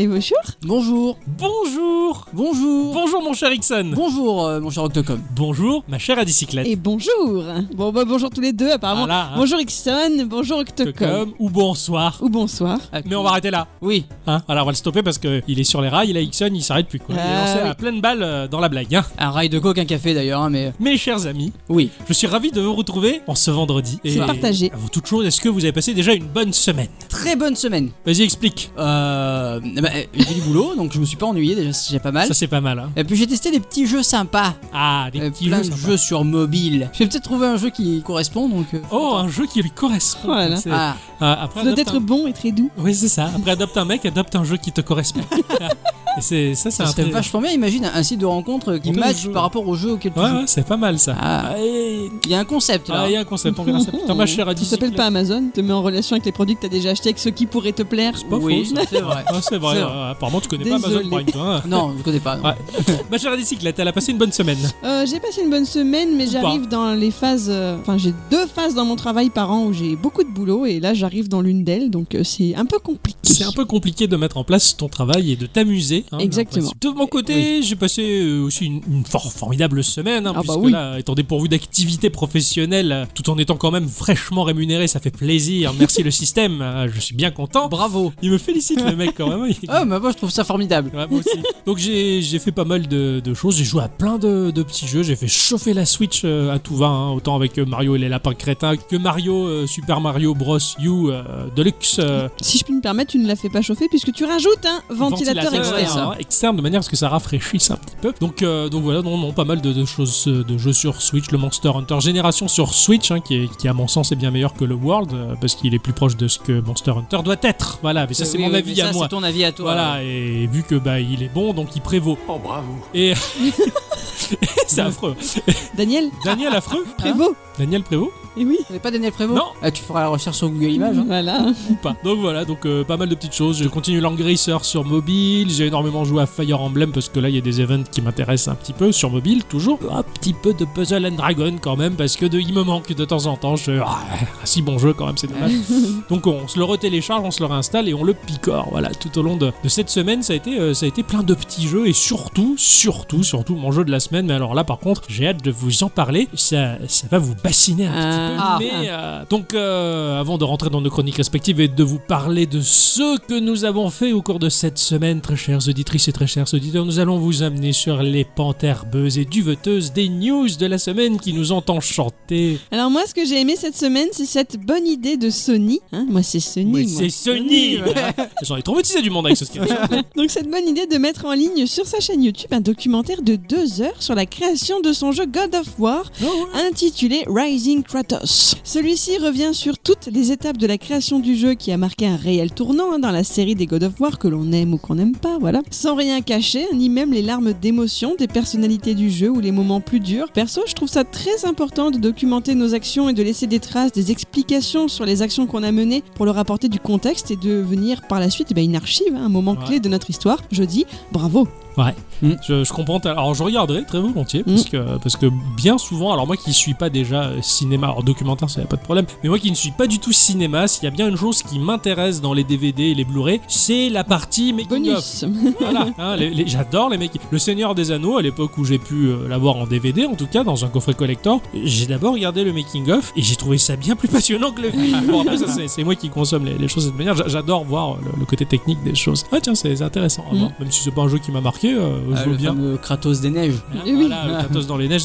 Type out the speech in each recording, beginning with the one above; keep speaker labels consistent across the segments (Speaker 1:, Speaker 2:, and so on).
Speaker 1: Et bonjour
Speaker 2: Bonjour,
Speaker 3: Bonjour
Speaker 2: bonjour,
Speaker 3: Bonjour mon cher Ixon
Speaker 2: bonjour, euh, mon cher Octocom.
Speaker 3: Bonjour ma chère Adicyclette
Speaker 1: Et bonjour Bon, bah, bonjour tous les deux, apparemment.
Speaker 3: Voilà, hein.
Speaker 1: Bonjour Ixon, bonjour Octocom.
Speaker 3: Comme ou bonsoir
Speaker 1: Ou bonsoir.
Speaker 3: Mais on va arrêter là
Speaker 2: Ah, Oui,
Speaker 3: hein. Voilà on va le stopper parce que il est sur les rails, il a Ixon, il s'arrête plus quoi. Il est
Speaker 1: Ah,
Speaker 3: lancé
Speaker 1: oui.
Speaker 3: à pleine balle euh, dans la blague hein.
Speaker 2: un rail de coke, un café d'ailleurs, hein, mais
Speaker 3: Mes chers amis,
Speaker 2: oui.
Speaker 3: je suis ravi de vous retrouver en ce vendredi.
Speaker 1: C'est partagé.
Speaker 3: Avant toute chose, est-ce que vous avez passé déjà une bonne semaine
Speaker 2: Très bonne semaine.
Speaker 3: Vas-y explique
Speaker 2: Euh, bah, euh, j'ai du boulot, donc je me suis pas ennuyé déjà, c'est déjà pas mal.
Speaker 3: Ça c'est pas mal hein.
Speaker 2: Et puis j'ai testé des petits jeux sympas,
Speaker 3: Ah des
Speaker 2: Euh,
Speaker 3: petits
Speaker 2: plein
Speaker 3: jeux
Speaker 2: de
Speaker 3: sympas.
Speaker 2: jeux sur mobile. J'ai peut-être trouvé un jeu qui correspond, donc. euh,
Speaker 3: Oh un jeu qui lui correspond
Speaker 1: Voilà.
Speaker 3: C'est-
Speaker 2: Ah,
Speaker 3: Ah, après,
Speaker 1: Ça doit
Speaker 3: adopte
Speaker 1: être
Speaker 3: un-
Speaker 1: bon et très doux.
Speaker 3: Oui c'est ça, après adopte un mec, adopte un jeu qui te correspond. Et c'est ça c'est
Speaker 2: ça
Speaker 3: un
Speaker 2: serait
Speaker 3: très-
Speaker 2: vachement bien, imagine un site de rencontre qui
Speaker 3: On donne
Speaker 2: match
Speaker 3: le jeu.
Speaker 2: par rapport au jeu auquel tu
Speaker 3: Ouais,
Speaker 2: joues.
Speaker 3: ouais, c'est pas mal ça.
Speaker 2: Ah.
Speaker 3: et-
Speaker 2: Il y a un concept là.
Speaker 3: Ah, il y a un concept, on verra ça plus tard. Ma chère
Speaker 1: Tu t'appelles pas Amazon, te mets en relation avec les produits que t'as déjà achetés, avec ceux qui pourraient te plaire.
Speaker 3: C'est pas
Speaker 2: Oui,
Speaker 3: faux, ça.
Speaker 2: c'est vrai.
Speaker 3: Ah, c'est vrai,
Speaker 2: C'est
Speaker 3: euh, apparemment tu connais pas
Speaker 1: Désolé.
Speaker 3: Amazon Prime, toi. hein.
Speaker 2: Non, je connais pas. non.
Speaker 3: Ouais. Ma chère bicyclette, elle a passé une bonne semaine.
Speaker 1: Euh, j'ai passé une bonne semaine, mais
Speaker 3: Ou
Speaker 1: j'arrive dans les phases. euh, Enfin, j'ai deux phases dans mon travail par an où j'ai beaucoup de boulot, et là j'arrive dans l'une d'elles, donc euh, c'est un peu compliqué.
Speaker 3: C'est un peu compliqué de mettre en place ton travail et de t'amuser. hein,
Speaker 1: Exactement.
Speaker 3: j'ai l'impression. De mon côté, j'ai passé euh, aussi une, une for- formidable semaine, hein,
Speaker 1: Ah bah
Speaker 3: puisque
Speaker 1: oui.
Speaker 3: là, étant dépourvu d'activité professionnelle, euh, tout en étant quand même fraîchement rémunéré, ça fait plaisir. Merci le système, euh, je suis bien content.
Speaker 2: Bravo.
Speaker 3: Il me félicite le mec quand même. Il-
Speaker 2: Ah, mais moi je trouve ça formidable.
Speaker 3: Ouais, moi aussi. Donc j'ai j'ai fait pas mal de, de choses, j'ai joué à plein de, de petits jeux, j'ai fait chauffer la Switch euh, à tout va, hein, autant avec euh, Mario et les lapins crétins que Mario, euh, Super Mario Bros. U euh, Deluxe euh,
Speaker 1: Si je puis me permettre, tu ne la fais pas chauffer puisque tu rajoutes un ventilateur, externe.
Speaker 3: hein, externe, de manière à ce que ça rafraîchisse un petit peu. Donc, euh, donc voilà, non, non, pas mal de, de choses, euh, de jeux sur Switch, le Monster Hunter Génération sur Switch, hein, qui, est- qui à mon sens est bien meilleur que le World, euh, parce qu'il est plus proche de ce que Monster Hunter doit être. Voilà, mais ça c'est
Speaker 2: Euh, Oui,
Speaker 3: mon
Speaker 2: oui,
Speaker 3: avis
Speaker 2: mais
Speaker 3: à
Speaker 2: ça,
Speaker 3: moi.
Speaker 2: C'est ton avis à toi.
Speaker 3: Voilà, et vu que bah il est bon, donc il prévaut. Oh bravo. Et c'est affreux.
Speaker 1: Daniel,
Speaker 3: Daniel affreux
Speaker 1: Prévost
Speaker 3: Daniel prévaut
Speaker 1: Et oui.
Speaker 2: Vous n'avez pas Daniel Prévost
Speaker 3: Non. Mmh.
Speaker 2: Ah, tu feras la recherche sur Google Images. hein.
Speaker 1: Voilà.
Speaker 3: ou pas Donc voilà, donc euh, pas mal de petites choses. Je continue l'engraisseur sur mobile. J'ai énormément joué à Fire Emblem parce que là il y a des events qui m'intéressent un petit peu sur mobile toujours. Un petit peu de Puzzle and Dragon quand même parce que de, il me manque de temps en temps. Je fais, ah, si bon jeu quand même, c'est dommage. Donc on se le retélécharge, on se le réinstalle et on le picore. Voilà, tout au long de, de cette semaine, ça a, été, euh, ça a été plein de petits jeux et surtout, surtout, surtout mon jeu de la semaine. Mais alors là, par contre, j'ai hâte de vous en parler. Ça, ça va vous bassiner un petit peu.
Speaker 1: Ah.
Speaker 3: mais, euh, donc euh, avant de rentrer dans nos chroniques respectives et de vous parler de ce que nous avons fait au cours de cette semaine, très chères auditrices et très chers auditeurs, nous allons vous amener sur les pentes herbeuses et duveteuses des news de la semaine qui nous ont enchantés.
Speaker 1: Alors moi, ce que j'ai aimé cette semaine, c'est cette bonne idée de Sony. Hein, moi, c'est Sony.
Speaker 3: Mais
Speaker 1: moi. euh,
Speaker 3: c'est Sony voilà. J'en ai traumatisé du monde avec ce sketch.
Speaker 1: Ah Donc cette bonne idée de mettre en ligne sur sa chaîne YouTube un documentaire de deux heures sur la création de son jeu God of War intitulé Rising Kratos. Celui-ci revient sur toutes les étapes de la création du jeu qui a marqué un réel tournant hein, dans la série des God of War que l'on aime ou qu'on n'aime pas, voilà. Sans rien cacher, ni même les larmes d'émotion des personnalités du jeu ou les moments plus durs. Perso, je trouve ça très important de documenter nos actions et de laisser des traces, des explications sur les actions qu'on a menées pour leur apporter du contexte et devenir par la suite eh ben, une archive, hein, un moment
Speaker 3: Ouais.
Speaker 1: clé de notre histoire. Je dis bravo.
Speaker 3: Je, je comprends. ta- Alors, je regarderai très volontiers parce que, parce que bien souvent, alors moi qui suis pas déjà euh, cinéma, alors documentaire, ça y a pas de problème, mais moi qui ne suis pas du tout cinéma, s'il y a bien une chose qui m'intéresse dans les DVD et les Blu-ray, c'est la partie making of.
Speaker 1: Bonus.
Speaker 3: Voilà, hein, les- les- j'adore les mecs. Le Seigneur des Anneaux, à l'époque où j'ai pu euh, l'avoir en DVD, en tout cas dans un coffret collector, j'ai d'abord regardé le making of et j'ai trouvé ça bien plus passionnant que le film. Bon, après, ça, c'est- c'est moi qui consomme les, les choses de cette manière. J'a- J'adore voir euh, le, le côté technique des choses. Ah tiens, c'est c'est intéressant. à
Speaker 1: Mm.
Speaker 3: voir. Même si c'est pas un jeu qui m'a marqué, euh,
Speaker 2: Ah,
Speaker 3: je veux
Speaker 2: le
Speaker 3: bien.
Speaker 2: fameux Kratos des neiges.
Speaker 3: Hein,
Speaker 1: Oui.
Speaker 3: voilà, le Kratos dans les neiges.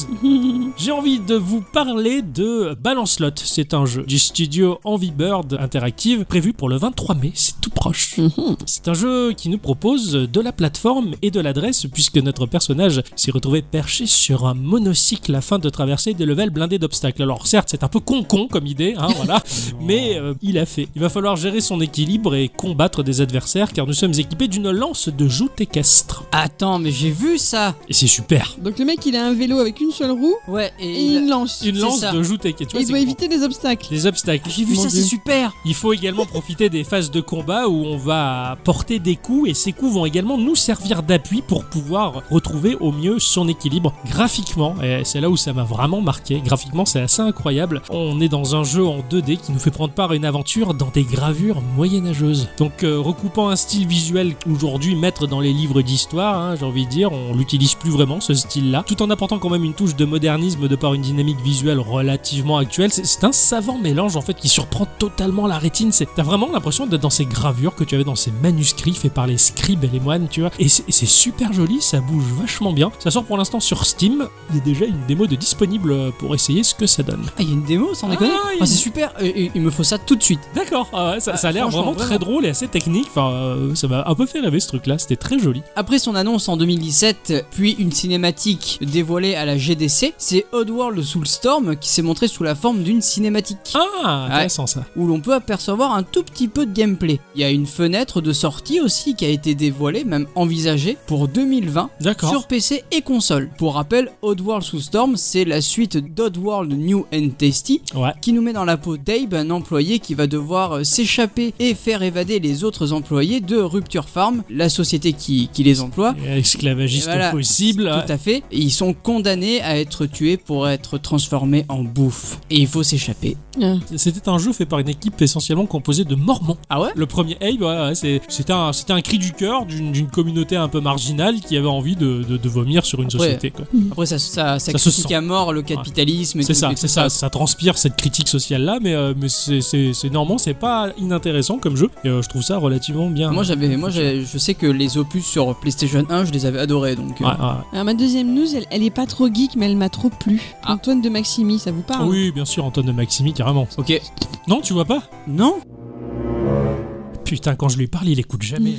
Speaker 3: J'ai envie de vous parler de Balance Lot. C'est un jeu du studio Envy Bird Interactive prévu pour le 23 mai. C'est tout proche.
Speaker 1: Mhm.
Speaker 3: C'est un jeu qui nous propose de la plateforme et de l'adresse puisque notre personnage s'est retrouvé perché sur un monocycle afin de traverser des levels blindés d'obstacles. Alors certes, c'est un peu con-con comme idée, hein, voilà, mais euh, il a fait. Il va falloir gérer son équilibre et combattre des adversaires car nous sommes équipés d'une lance de joute équestre.
Speaker 2: Ah, Attends, mais j'ai vu ça
Speaker 3: Et c'est super.
Speaker 1: Donc le mec, il a un vélo avec une seule roue
Speaker 2: Ouais, et.
Speaker 1: et une lance.
Speaker 3: Une
Speaker 2: C'est
Speaker 3: lance
Speaker 2: ça.
Speaker 3: de joutek. Et tu
Speaker 1: Et
Speaker 3: vois,
Speaker 1: il
Speaker 3: c'est
Speaker 1: doit
Speaker 3: con.
Speaker 1: éviter les obstacles.
Speaker 3: Les obstacles.
Speaker 2: J'ai vu
Speaker 3: Mon
Speaker 2: ça, c'est
Speaker 3: Dieu.
Speaker 2: super
Speaker 3: Il faut également profiter des phases de combat où on va porter des coups et ces coups vont également nous servir d'appui pour pouvoir retrouver au mieux son équilibre graphiquement. Et c'est là où ça m'a vraiment marqué. Graphiquement, c'est assez incroyable. On est dans un jeu en 2D qui nous fait prendre part à une aventure dans des gravures moyenâgeuses. Donc, euh, recoupant un style visuel qu'aujourd'hui mettre dans les livres d'histoire, hein, j'ai envie de dire, on l'utilise plus vraiment ce style-là, tout en apportant quand même une touche de modernisme de par une dynamique visuelle relativement actuelle. C'est- C'est un savant mélange en fait qui surprend totalement la rétine. C'est- T'as vraiment l'impression d'être dans ces gravures que tu avais dans ces manuscrits faits par les scribes et les moines, tu vois. Et c'est et c'est super joli, ça bouge vachement bien. Ça sort pour l'instant sur Steam. Il y a déjà une démo de disponible pour essayer ce que ça donne.
Speaker 2: Ah, il y a une démo, sans déconner
Speaker 3: Ah, il y a
Speaker 2: Ah,
Speaker 3: une-
Speaker 2: C'est super Et- et- Il me faut ça tout de suite
Speaker 3: D'accord, ah ouais, ça,
Speaker 2: Ah,
Speaker 3: ça a l'air
Speaker 2: franchement,
Speaker 3: vraiment, très
Speaker 2: vraiment.
Speaker 3: drôle et assez technique. Enfin, euh, ça m'a un peu fait rêver ce truc-là. C'était très joli.
Speaker 2: Après son annonce en 2017, puis une cinématique dévoilée à la GDC, c'est Oddworld Soulstorm qui s'est montré sous la forme d'une cinématique,
Speaker 3: Ah, intéressant ça.
Speaker 2: où l'on peut apercevoir un tout petit peu de gameplay. Il y a une fenêtre de sortie aussi qui a été dévoilée, même envisagée, pour 2020
Speaker 3: D'accord.
Speaker 2: sur PC et console. Pour rappel, Oddworld Soulstorm, c'est la suite d'Oddworld New and Tasty,
Speaker 3: Ouais.
Speaker 2: qui nous met dans la peau d'Abe, un employé qui va devoir euh, s'échapper et faire évader les autres employés de Rupture Farm, la société qui, qui les emploie.
Speaker 3: Esclavagiste
Speaker 2: Et voilà,
Speaker 3: possible.
Speaker 2: Tout à fait. Et ils sont condamnés à être tués pour être transformés en bouffe. Et il faut s'échapper.
Speaker 1: Ah.
Speaker 3: C'était un jeu fait par une équipe essentiellement composée de Mormons.
Speaker 2: Ah ouais
Speaker 3: Le premier Abe, ouais, ouais, c'est- c'était un, c'était un cri du cœur d'une d'une communauté un peu marginale qui avait envie de, de- de vomir sur une
Speaker 2: Après,
Speaker 3: société. quoi.
Speaker 2: Après, ça, ça, ça
Speaker 3: Ça se
Speaker 2: critique
Speaker 3: sent.
Speaker 2: à mort le capitalisme. et
Speaker 3: C'est
Speaker 2: tout-
Speaker 3: ça,
Speaker 2: et tout
Speaker 3: c'est ça, ça transpire cette critique sociale là, mais, euh, mais c'est- c'est c'est- normalement c'est pas inintéressant comme jeu. Et euh, je trouve ça relativement bien.
Speaker 2: Moi, j'avais, moi, j'ai- je sais que les opus sur PlayStation 1, je les avais adorés. Donc, euh,
Speaker 3: Ouais, ouais.
Speaker 1: Alors ma deuxième news, elle, elle est pas trop geek, mais elle m'a trop plu.
Speaker 2: Ah.
Speaker 1: Antoine de Maximi, ça vous parle
Speaker 3: Oui, bien sûr, Antoine de Maximi, carrément.
Speaker 2: ok.
Speaker 3: Non, tu vois pas
Speaker 2: Non.
Speaker 3: Putain, quand je lui parle, il écoute jamais.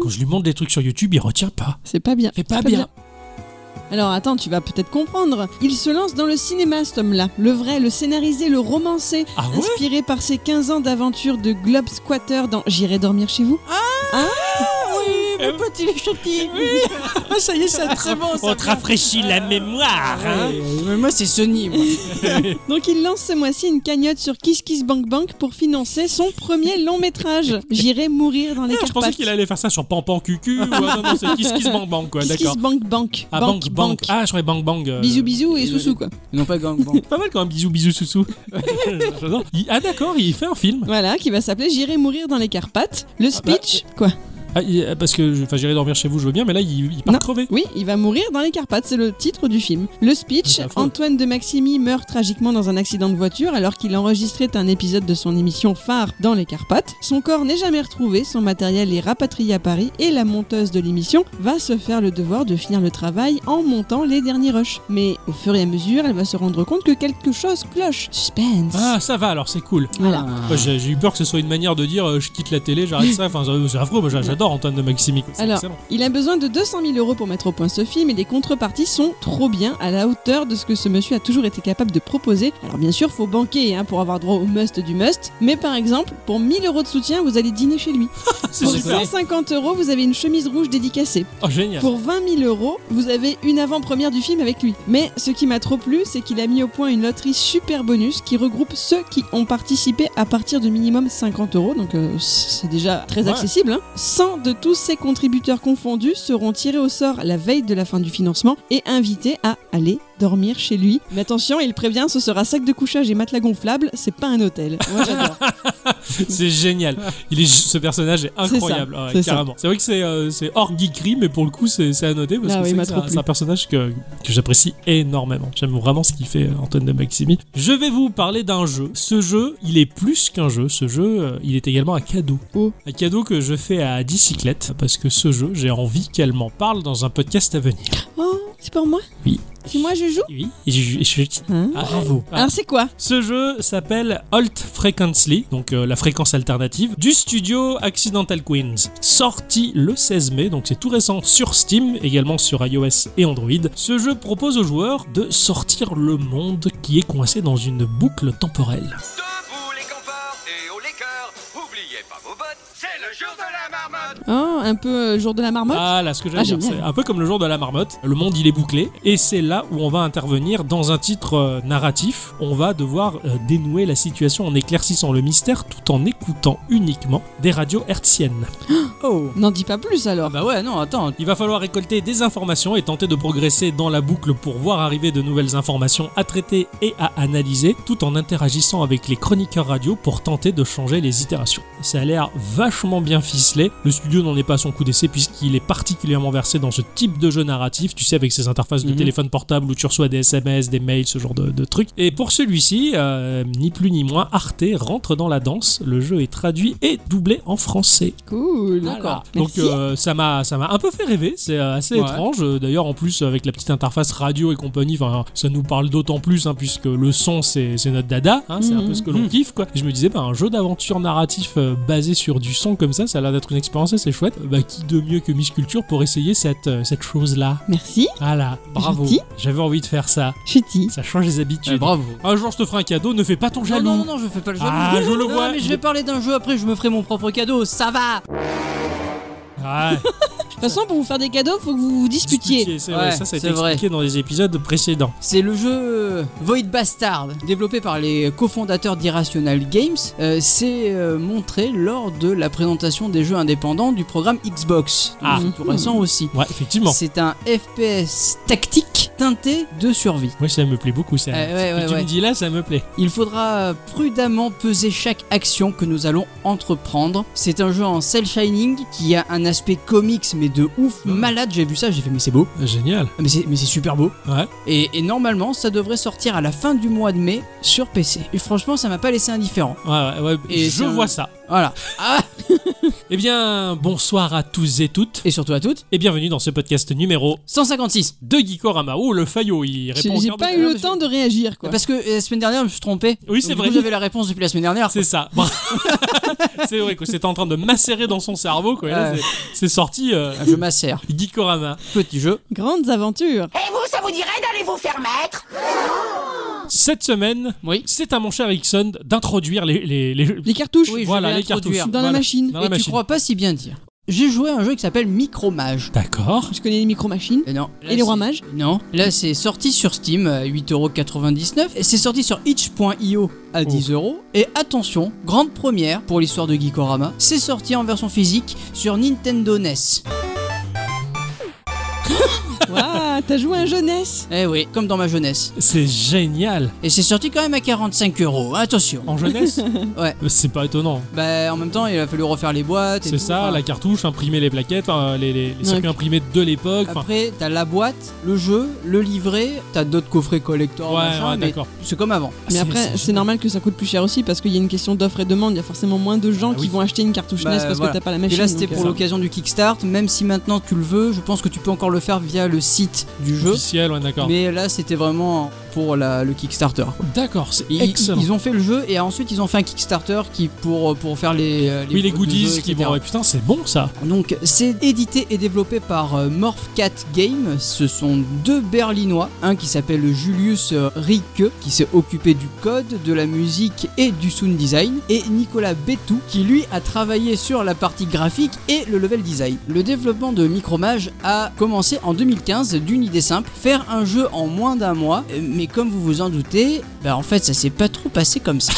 Speaker 3: quand je lui montre des trucs sur YouTube, il retient pas.
Speaker 1: C'est pas bien.
Speaker 3: Fait pas bien.
Speaker 1: Alors attends, tu vas peut-être comprendre. Il se lance dans le cinéma, cet homme-là. Le vrai, le scénarisé, le romancé,
Speaker 3: Ah ouais
Speaker 1: inspiré par ses 15 ans d'aventure de globe squatter dans J'irai dormir chez vous.
Speaker 3: Ah
Speaker 1: Ah
Speaker 2: Oui,
Speaker 3: mon
Speaker 2: pote, il est gentil.
Speaker 1: Ah, ça y est,
Speaker 3: Ah.
Speaker 1: ça
Speaker 2: très bon.
Speaker 3: On te rafraîchit la mémoire, hein
Speaker 2: mais moi, c'est Sony. moi.
Speaker 1: Donc il lance ce mois-ci une cagnotte sur Kiss Kiss Bank Bank pour financer son premier long métrage. J'irai mourir dans les
Speaker 3: Ah,
Speaker 1: Carpates.
Speaker 3: Je pensais qu'il allait faire ça sur Pampan Cucu ou ah, non, non, c'est Kiss Kiss Bang Bang, quoi,
Speaker 1: Kiss Kiss
Speaker 3: d'accord.
Speaker 1: Bank Bank.
Speaker 3: Ah, Bang Bang. Ah, je croyais Bang Bang. euh,
Speaker 1: Bisous bisous et
Speaker 2: et-
Speaker 1: sous-sous quoi.
Speaker 2: Ils n'ont pas gang bang.
Speaker 3: Pas mal quand même, bisous, bisous, soussou. J'adore. Il- ah, d'accord, il fait un film.
Speaker 1: Voilà, qui va s'appeler J'irai mourir dans les Carpates. Le
Speaker 3: bah,
Speaker 1: speech, quoi.
Speaker 3: Ah, il- euh, parce que je- enfin, j'irai dormir chez vous, je veux bien, mais là, il, il part
Speaker 1: Non.
Speaker 3: crever.
Speaker 1: Oui, il va mourir dans les Carpates, c'est le titre du film. Le speech,
Speaker 3: C'est affreux.
Speaker 1: Antoine de Maximi meurt tragiquement dans un accident de voiture alors qu'il enregistrait un épisode de son émission phare dans les Carpates. Son corps n'est jamais retrouvé, son matériel est rapatrié à Paris et la monteuse de l'émission va se faire le devoir de finir le travail en montant les derniers rushs. Mais au fur et à mesure, elle va se rendre compte que quelque chose cloche. Suspense.
Speaker 3: Ah, ça va alors, c'est cool.
Speaker 1: Voilà.
Speaker 3: Moi, Ah, J'ai j'ai eu peur que ce soit une manière de dire euh, je quitte la télé, j'arrête ça. Enfin, c'est- c'est affreux, moi, j'a- j'adore Antoine de Maximi. quoi, c'est
Speaker 1: Alors,
Speaker 3: excellent.
Speaker 1: Il a besoin de 200 000 euros pour mettre au point ce film et les contreparties sont trop bien à la hauteur de ce que ce monsieur a toujours été capable de proposer. Alors bien sûr, faut banquer hein, pour avoir droit au must du must, mais par exemple, pour 1000 euros de soutien, vous allez dîner chez lui.
Speaker 3: C'est
Speaker 1: Pour
Speaker 3: super.
Speaker 1: 150 euros, vous avez une chemise rouge dédicacée.
Speaker 3: Oh, génial.
Speaker 1: Pour 20 000 euros, vous avez une avant-première du film avec lui. Mais ce qui m'a trop plu, c'est qu'il a mis au point une loterie super bonus qui regroupe ceux qui ont participé à partir de minimum 50 euros, donc euh, c'est déjà très
Speaker 3: Ouais.
Speaker 1: accessible. Hein. 100 de tous ces contributeurs confondus seront tirés au sort la veille de la fin du financement et invités à aller dormir chez lui. Mais attention, il prévient, ce sera sac de couchage et matelas gonflable, c'est pas un hôtel. Moi j'adore.
Speaker 3: C'est génial. Il est, ju- ce personnage est
Speaker 1: ça,
Speaker 3: incroyable, Ah ouais,
Speaker 1: c'est ça.
Speaker 3: carrément. C'est vrai que c'est euh, c'est hors geekery, mais pour le coup, c'est c'est à noter parce
Speaker 1: Ah
Speaker 3: que
Speaker 1: oui,
Speaker 3: c'est
Speaker 1: il m'a
Speaker 3: que c'est
Speaker 1: trop
Speaker 3: un-
Speaker 1: plu.
Speaker 3: c'est un, personnage que, que j'apprécie énormément. J'aime vraiment ce qu'il fait, euh, Antoine de Maximi. Je vais vous parler d'un jeu. Ce jeu, il est plus qu'un jeu. Ce jeu, euh, il est également un cadeau.
Speaker 1: Oh.
Speaker 3: Un cadeau que je fais à Dicyclette parce que ce jeu, j'ai envie qu'elle m'en parle dans un podcast à venir.
Speaker 1: oh, c'est pour moi
Speaker 3: Oui.
Speaker 1: C'est moi je joue
Speaker 3: Oui, et je- et je-
Speaker 1: Hein
Speaker 3: Ah, bravo. Ah,
Speaker 1: Alors c'est quoi
Speaker 3: ce jeu s'appelle Alt Frequently, donc euh, la fréquence alternative, du studio Accidental Queens. Sorti le 16 mai, donc c'est tout récent sur Steam, également sur iOS et Android. Ce jeu propose aux joueurs de sortir le monde qui est coincé dans une boucle temporelle.
Speaker 4: Debout les campeurs et haut les cœurs, oubliez N'oubliez pas vos bottes, c'est le jour de la marmotte
Speaker 1: Oh, un peu euh, jour de la marmotte.
Speaker 3: Ah là, ce que j'allais
Speaker 1: Ah,
Speaker 3: dire,
Speaker 1: génial.
Speaker 3: c'est un peu comme le jour de la marmotte, le monde il est bouclé, et c'est là où on va intervenir dans un titre euh, narratif. On va devoir euh, dénouer la situation en éclaircissant le mystère tout en écoutant uniquement des radios hertziennes.
Speaker 2: Oh
Speaker 1: N'en dis pas plus
Speaker 2: Ah
Speaker 1: alors.
Speaker 2: bah ouais, non, attends.
Speaker 3: Hein, Il va falloir récolter des informations et tenter de progresser dans la boucle pour voir arriver de nouvelles informations à traiter et à analyser, tout en interagissant avec les chroniqueurs radio pour tenter de changer les itérations. Ça a l'air vachement bien ficelé. Le studio n'en est pas à son coup d'essai puisqu'il est particulièrement versé dans ce type de jeu narratif, tu sais, avec ses interfaces de
Speaker 2: Mhm.
Speaker 3: téléphone portable où tu reçois des SMS, des mails, ce genre de, de trucs. Et pour celui-ci, euh, ni plus ni moins, Arte rentre dans la danse. Le jeu est traduit et doublé en français.
Speaker 1: Cool.
Speaker 2: D'accord.
Speaker 3: Donc
Speaker 1: Merci.
Speaker 3: euh, ça m'a ça m'a un peu fait rêver, c'est euh, assez
Speaker 2: Ouais.
Speaker 3: étrange. Euh, D'ailleurs en plus avec la petite interface radio et compagnie, enfin, ça nous parle d'autant plus hein, puisque le son c'est c'est notre dada, hein, c'est un peu
Speaker 1: Mhm.
Speaker 3: ce que l'on
Speaker 2: Mhm.
Speaker 3: kiffe quoi. Et je me disais bah, un jeu d'aventure narratif euh, basé sur du son comme ça, ça a l'air d'être une expérience assez chouette. Euh, Bah, qui de mieux que Miss Culture pour essayer cette euh, cette chose là.
Speaker 1: Merci,
Speaker 3: Voilà, bravo.
Speaker 1: Gentil.
Speaker 3: J'avais envie de faire ça.
Speaker 1: Chetty.
Speaker 3: Ça change les
Speaker 2: Eh,
Speaker 3: habitudes.
Speaker 2: bravo.
Speaker 3: un jour je te ferai un cadeau, ne fais pas ton
Speaker 2: Non,
Speaker 3: jaloux.
Speaker 2: non, non, non, je fais pas le jeu.
Speaker 3: Ah, je le
Speaker 2: Non,
Speaker 3: vois.
Speaker 2: mais je vais parler d'un jeu après, je me ferai mon propre cadeau, ça va
Speaker 3: Ah,
Speaker 1: De toute façon, pour vous faire des cadeaux, faut que vous vous disputiez.
Speaker 3: disputier, c'est
Speaker 2: Ouais,
Speaker 3: vrai, ça ça a été
Speaker 2: c'est vrai.
Speaker 3: expliqué dans les épisodes précédents.
Speaker 2: C'est le jeu euh, Void Bastard, développé par les cofondateurs d'Irrational Games. Euh, c'est euh, montré lors de la présentation des jeux indépendants du programme Xbox. Donc,
Speaker 3: Ah.
Speaker 2: C'est tout récent aussi.
Speaker 3: Ouais, effectivement.
Speaker 2: C'est un FPS tactique teinté de survie.
Speaker 3: Moi, ça me plaît beaucoup, ça.
Speaker 2: Euh, ouais,
Speaker 3: Ce que
Speaker 2: ouais,
Speaker 3: tu
Speaker 2: ouais.
Speaker 3: me dis là, ça me plaît.
Speaker 2: Il faudra prudemment peser chaque action que nous allons entreprendre. C'est un jeu en cel shining qui a un aspect comics mais de ouf
Speaker 3: Mhm.
Speaker 2: malade. J'ai vu ça, j'ai fait mais c'est beau,
Speaker 3: Génial.
Speaker 2: Ah, mais c'est mais c'est super beau.
Speaker 3: Ouais.
Speaker 2: Et, et normalement ça devrait sortir à la fin du mois de mai sur PC. Et franchement ça m'a pas laissé indifférent.
Speaker 3: Ouais, ouais, ouais.
Speaker 2: Et
Speaker 3: je
Speaker 2: ça-
Speaker 3: vois ça.
Speaker 2: Voilà. Ah
Speaker 3: Eh bien, bonsoir à tous et toutes.
Speaker 2: et surtout à toutes.
Speaker 3: Et bienvenue dans ce podcast numéro
Speaker 2: 156.
Speaker 3: de Geekorama. Oh, le faillot, il répond
Speaker 1: J'ai
Speaker 3: au
Speaker 1: j'ai
Speaker 3: quart de
Speaker 1: pas eu
Speaker 3: finale,
Speaker 1: le
Speaker 3: monsieur.
Speaker 1: temps de réagir, quoi.
Speaker 2: Parce que euh, la semaine dernière je me suis trompé.
Speaker 3: Oui, c'est
Speaker 2: Donc, du
Speaker 3: vrai.
Speaker 2: coup, J'avais la réponse depuis la semaine dernière.
Speaker 3: C'est ça. Bon. c'est vrai que c'était en train de macérer dans son cerveau, quoi. Et là,
Speaker 2: Ouais. Ah,
Speaker 3: c'est- c'est sorti euh,
Speaker 2: Je m'assère.
Speaker 3: Geekorama.
Speaker 2: Petit jeu.
Speaker 1: Grandes aventures.
Speaker 5: Et vous, ça vous dirait d'aller vous faire mettre
Speaker 3: Cette semaine,
Speaker 2: Oui.
Speaker 3: c'est à mon cher Ixon d'introduire les, les, les-
Speaker 1: Les cartouches
Speaker 2: Oui, je
Speaker 3: voilà,
Speaker 2: vais
Speaker 3: les cartouches.
Speaker 2: l'introduire.
Speaker 1: dans
Speaker 3: voilà.
Speaker 1: la machine.
Speaker 3: Dans
Speaker 2: Et
Speaker 3: la
Speaker 2: tu
Speaker 3: machine.
Speaker 2: crois pas si bien dire. J'ai joué à un jeu qui s'appelle Micro Mage.
Speaker 3: D'accord.
Speaker 1: Je connais les micro-machines.
Speaker 2: Et non. Là,
Speaker 1: Et les rois
Speaker 2: c'est-
Speaker 1: mages
Speaker 2: Non. Là, c'est sorti sur Steam à 8,99€. Et c'est sorti sur itch.io
Speaker 3: Oh.
Speaker 2: à 10 euros. Et attention, grande première pour l'histoire de Geekorama, c'est sorti en version physique sur Nintendo E NES.
Speaker 1: Waouh, t'as joué à un jeunesse
Speaker 2: Eh oui, comme dans ma jeunesse.
Speaker 3: C'est génial.
Speaker 2: Et c'est sorti quand même à 45 euros. Attention.
Speaker 3: En jeunesse Euh,
Speaker 2: Ouais.
Speaker 3: C'est pas étonnant.
Speaker 2: Bah, en même temps, il a fallu refaire les boîtes. et
Speaker 3: C'est
Speaker 2: tout.
Speaker 3: ça,
Speaker 2: Enfin,
Speaker 3: la cartouche, imprimer les plaquettes, enfin, les, les- les circuits
Speaker 1: Ouais.
Speaker 3: imprimés de l'époque. enfin,
Speaker 2: Après, t'as la boîte, le jeu, le livret, t'as d'autres coffrets collector,
Speaker 3: Ouais,
Speaker 2: machin,
Speaker 3: ouais,
Speaker 2: mais
Speaker 3: d'accord.
Speaker 2: Ah, c'est comme avant.
Speaker 1: Mais
Speaker 3: C'est-
Speaker 1: après, c'est normal que ça coûte plus cher aussi parce qu'il y a une question d'offre et demande. Il y a forcément moins de gens
Speaker 3: Bah
Speaker 1: qui
Speaker 3: oui.
Speaker 1: vont acheter une cartouche
Speaker 2: Bah,
Speaker 1: NES parce
Speaker 2: voilà.
Speaker 1: que t'as pas la
Speaker 2: Et
Speaker 1: machine.
Speaker 2: là, c'était
Speaker 1: donc,
Speaker 2: pour
Speaker 1: euh,
Speaker 2: l'occasion du Kickstart. Même si maintenant tu le veux, je pense que tu peux encore le faire via le site du jeu.
Speaker 3: Officiel, ouais, d'accord.
Speaker 2: Mais là, c'était vraiment pour la- le Kickstarter. quoi.
Speaker 3: D'accord, c'est
Speaker 2: Ils,
Speaker 3: excellent.
Speaker 2: ils ont fait le jeu et ensuite ils ont fait un Kickstarter qui pour, pour faire les, euh,
Speaker 3: oui, les
Speaker 2: de
Speaker 3: goodies
Speaker 2: jeux,
Speaker 3: qui
Speaker 2: etc.
Speaker 3: vont. ouais, putain, c'est bon ça.
Speaker 2: Donc, c'est édité et développé par euh, Morphcat Game. Ce sont deux Berlinois, un qui s'appelle Julius Rieke, qui s'est occupé du code, de la musique et du sound design, et Nicolas Betou, qui lui a travaillé sur la partie graphique et le level design. Le développement de Micromage a commencé en 2015 d'une idée simple faire un jeu en moins d'un mois. Euh, Mais comme vous vous en doutez, bah en fait, ça s'est pas trop passé comme ça.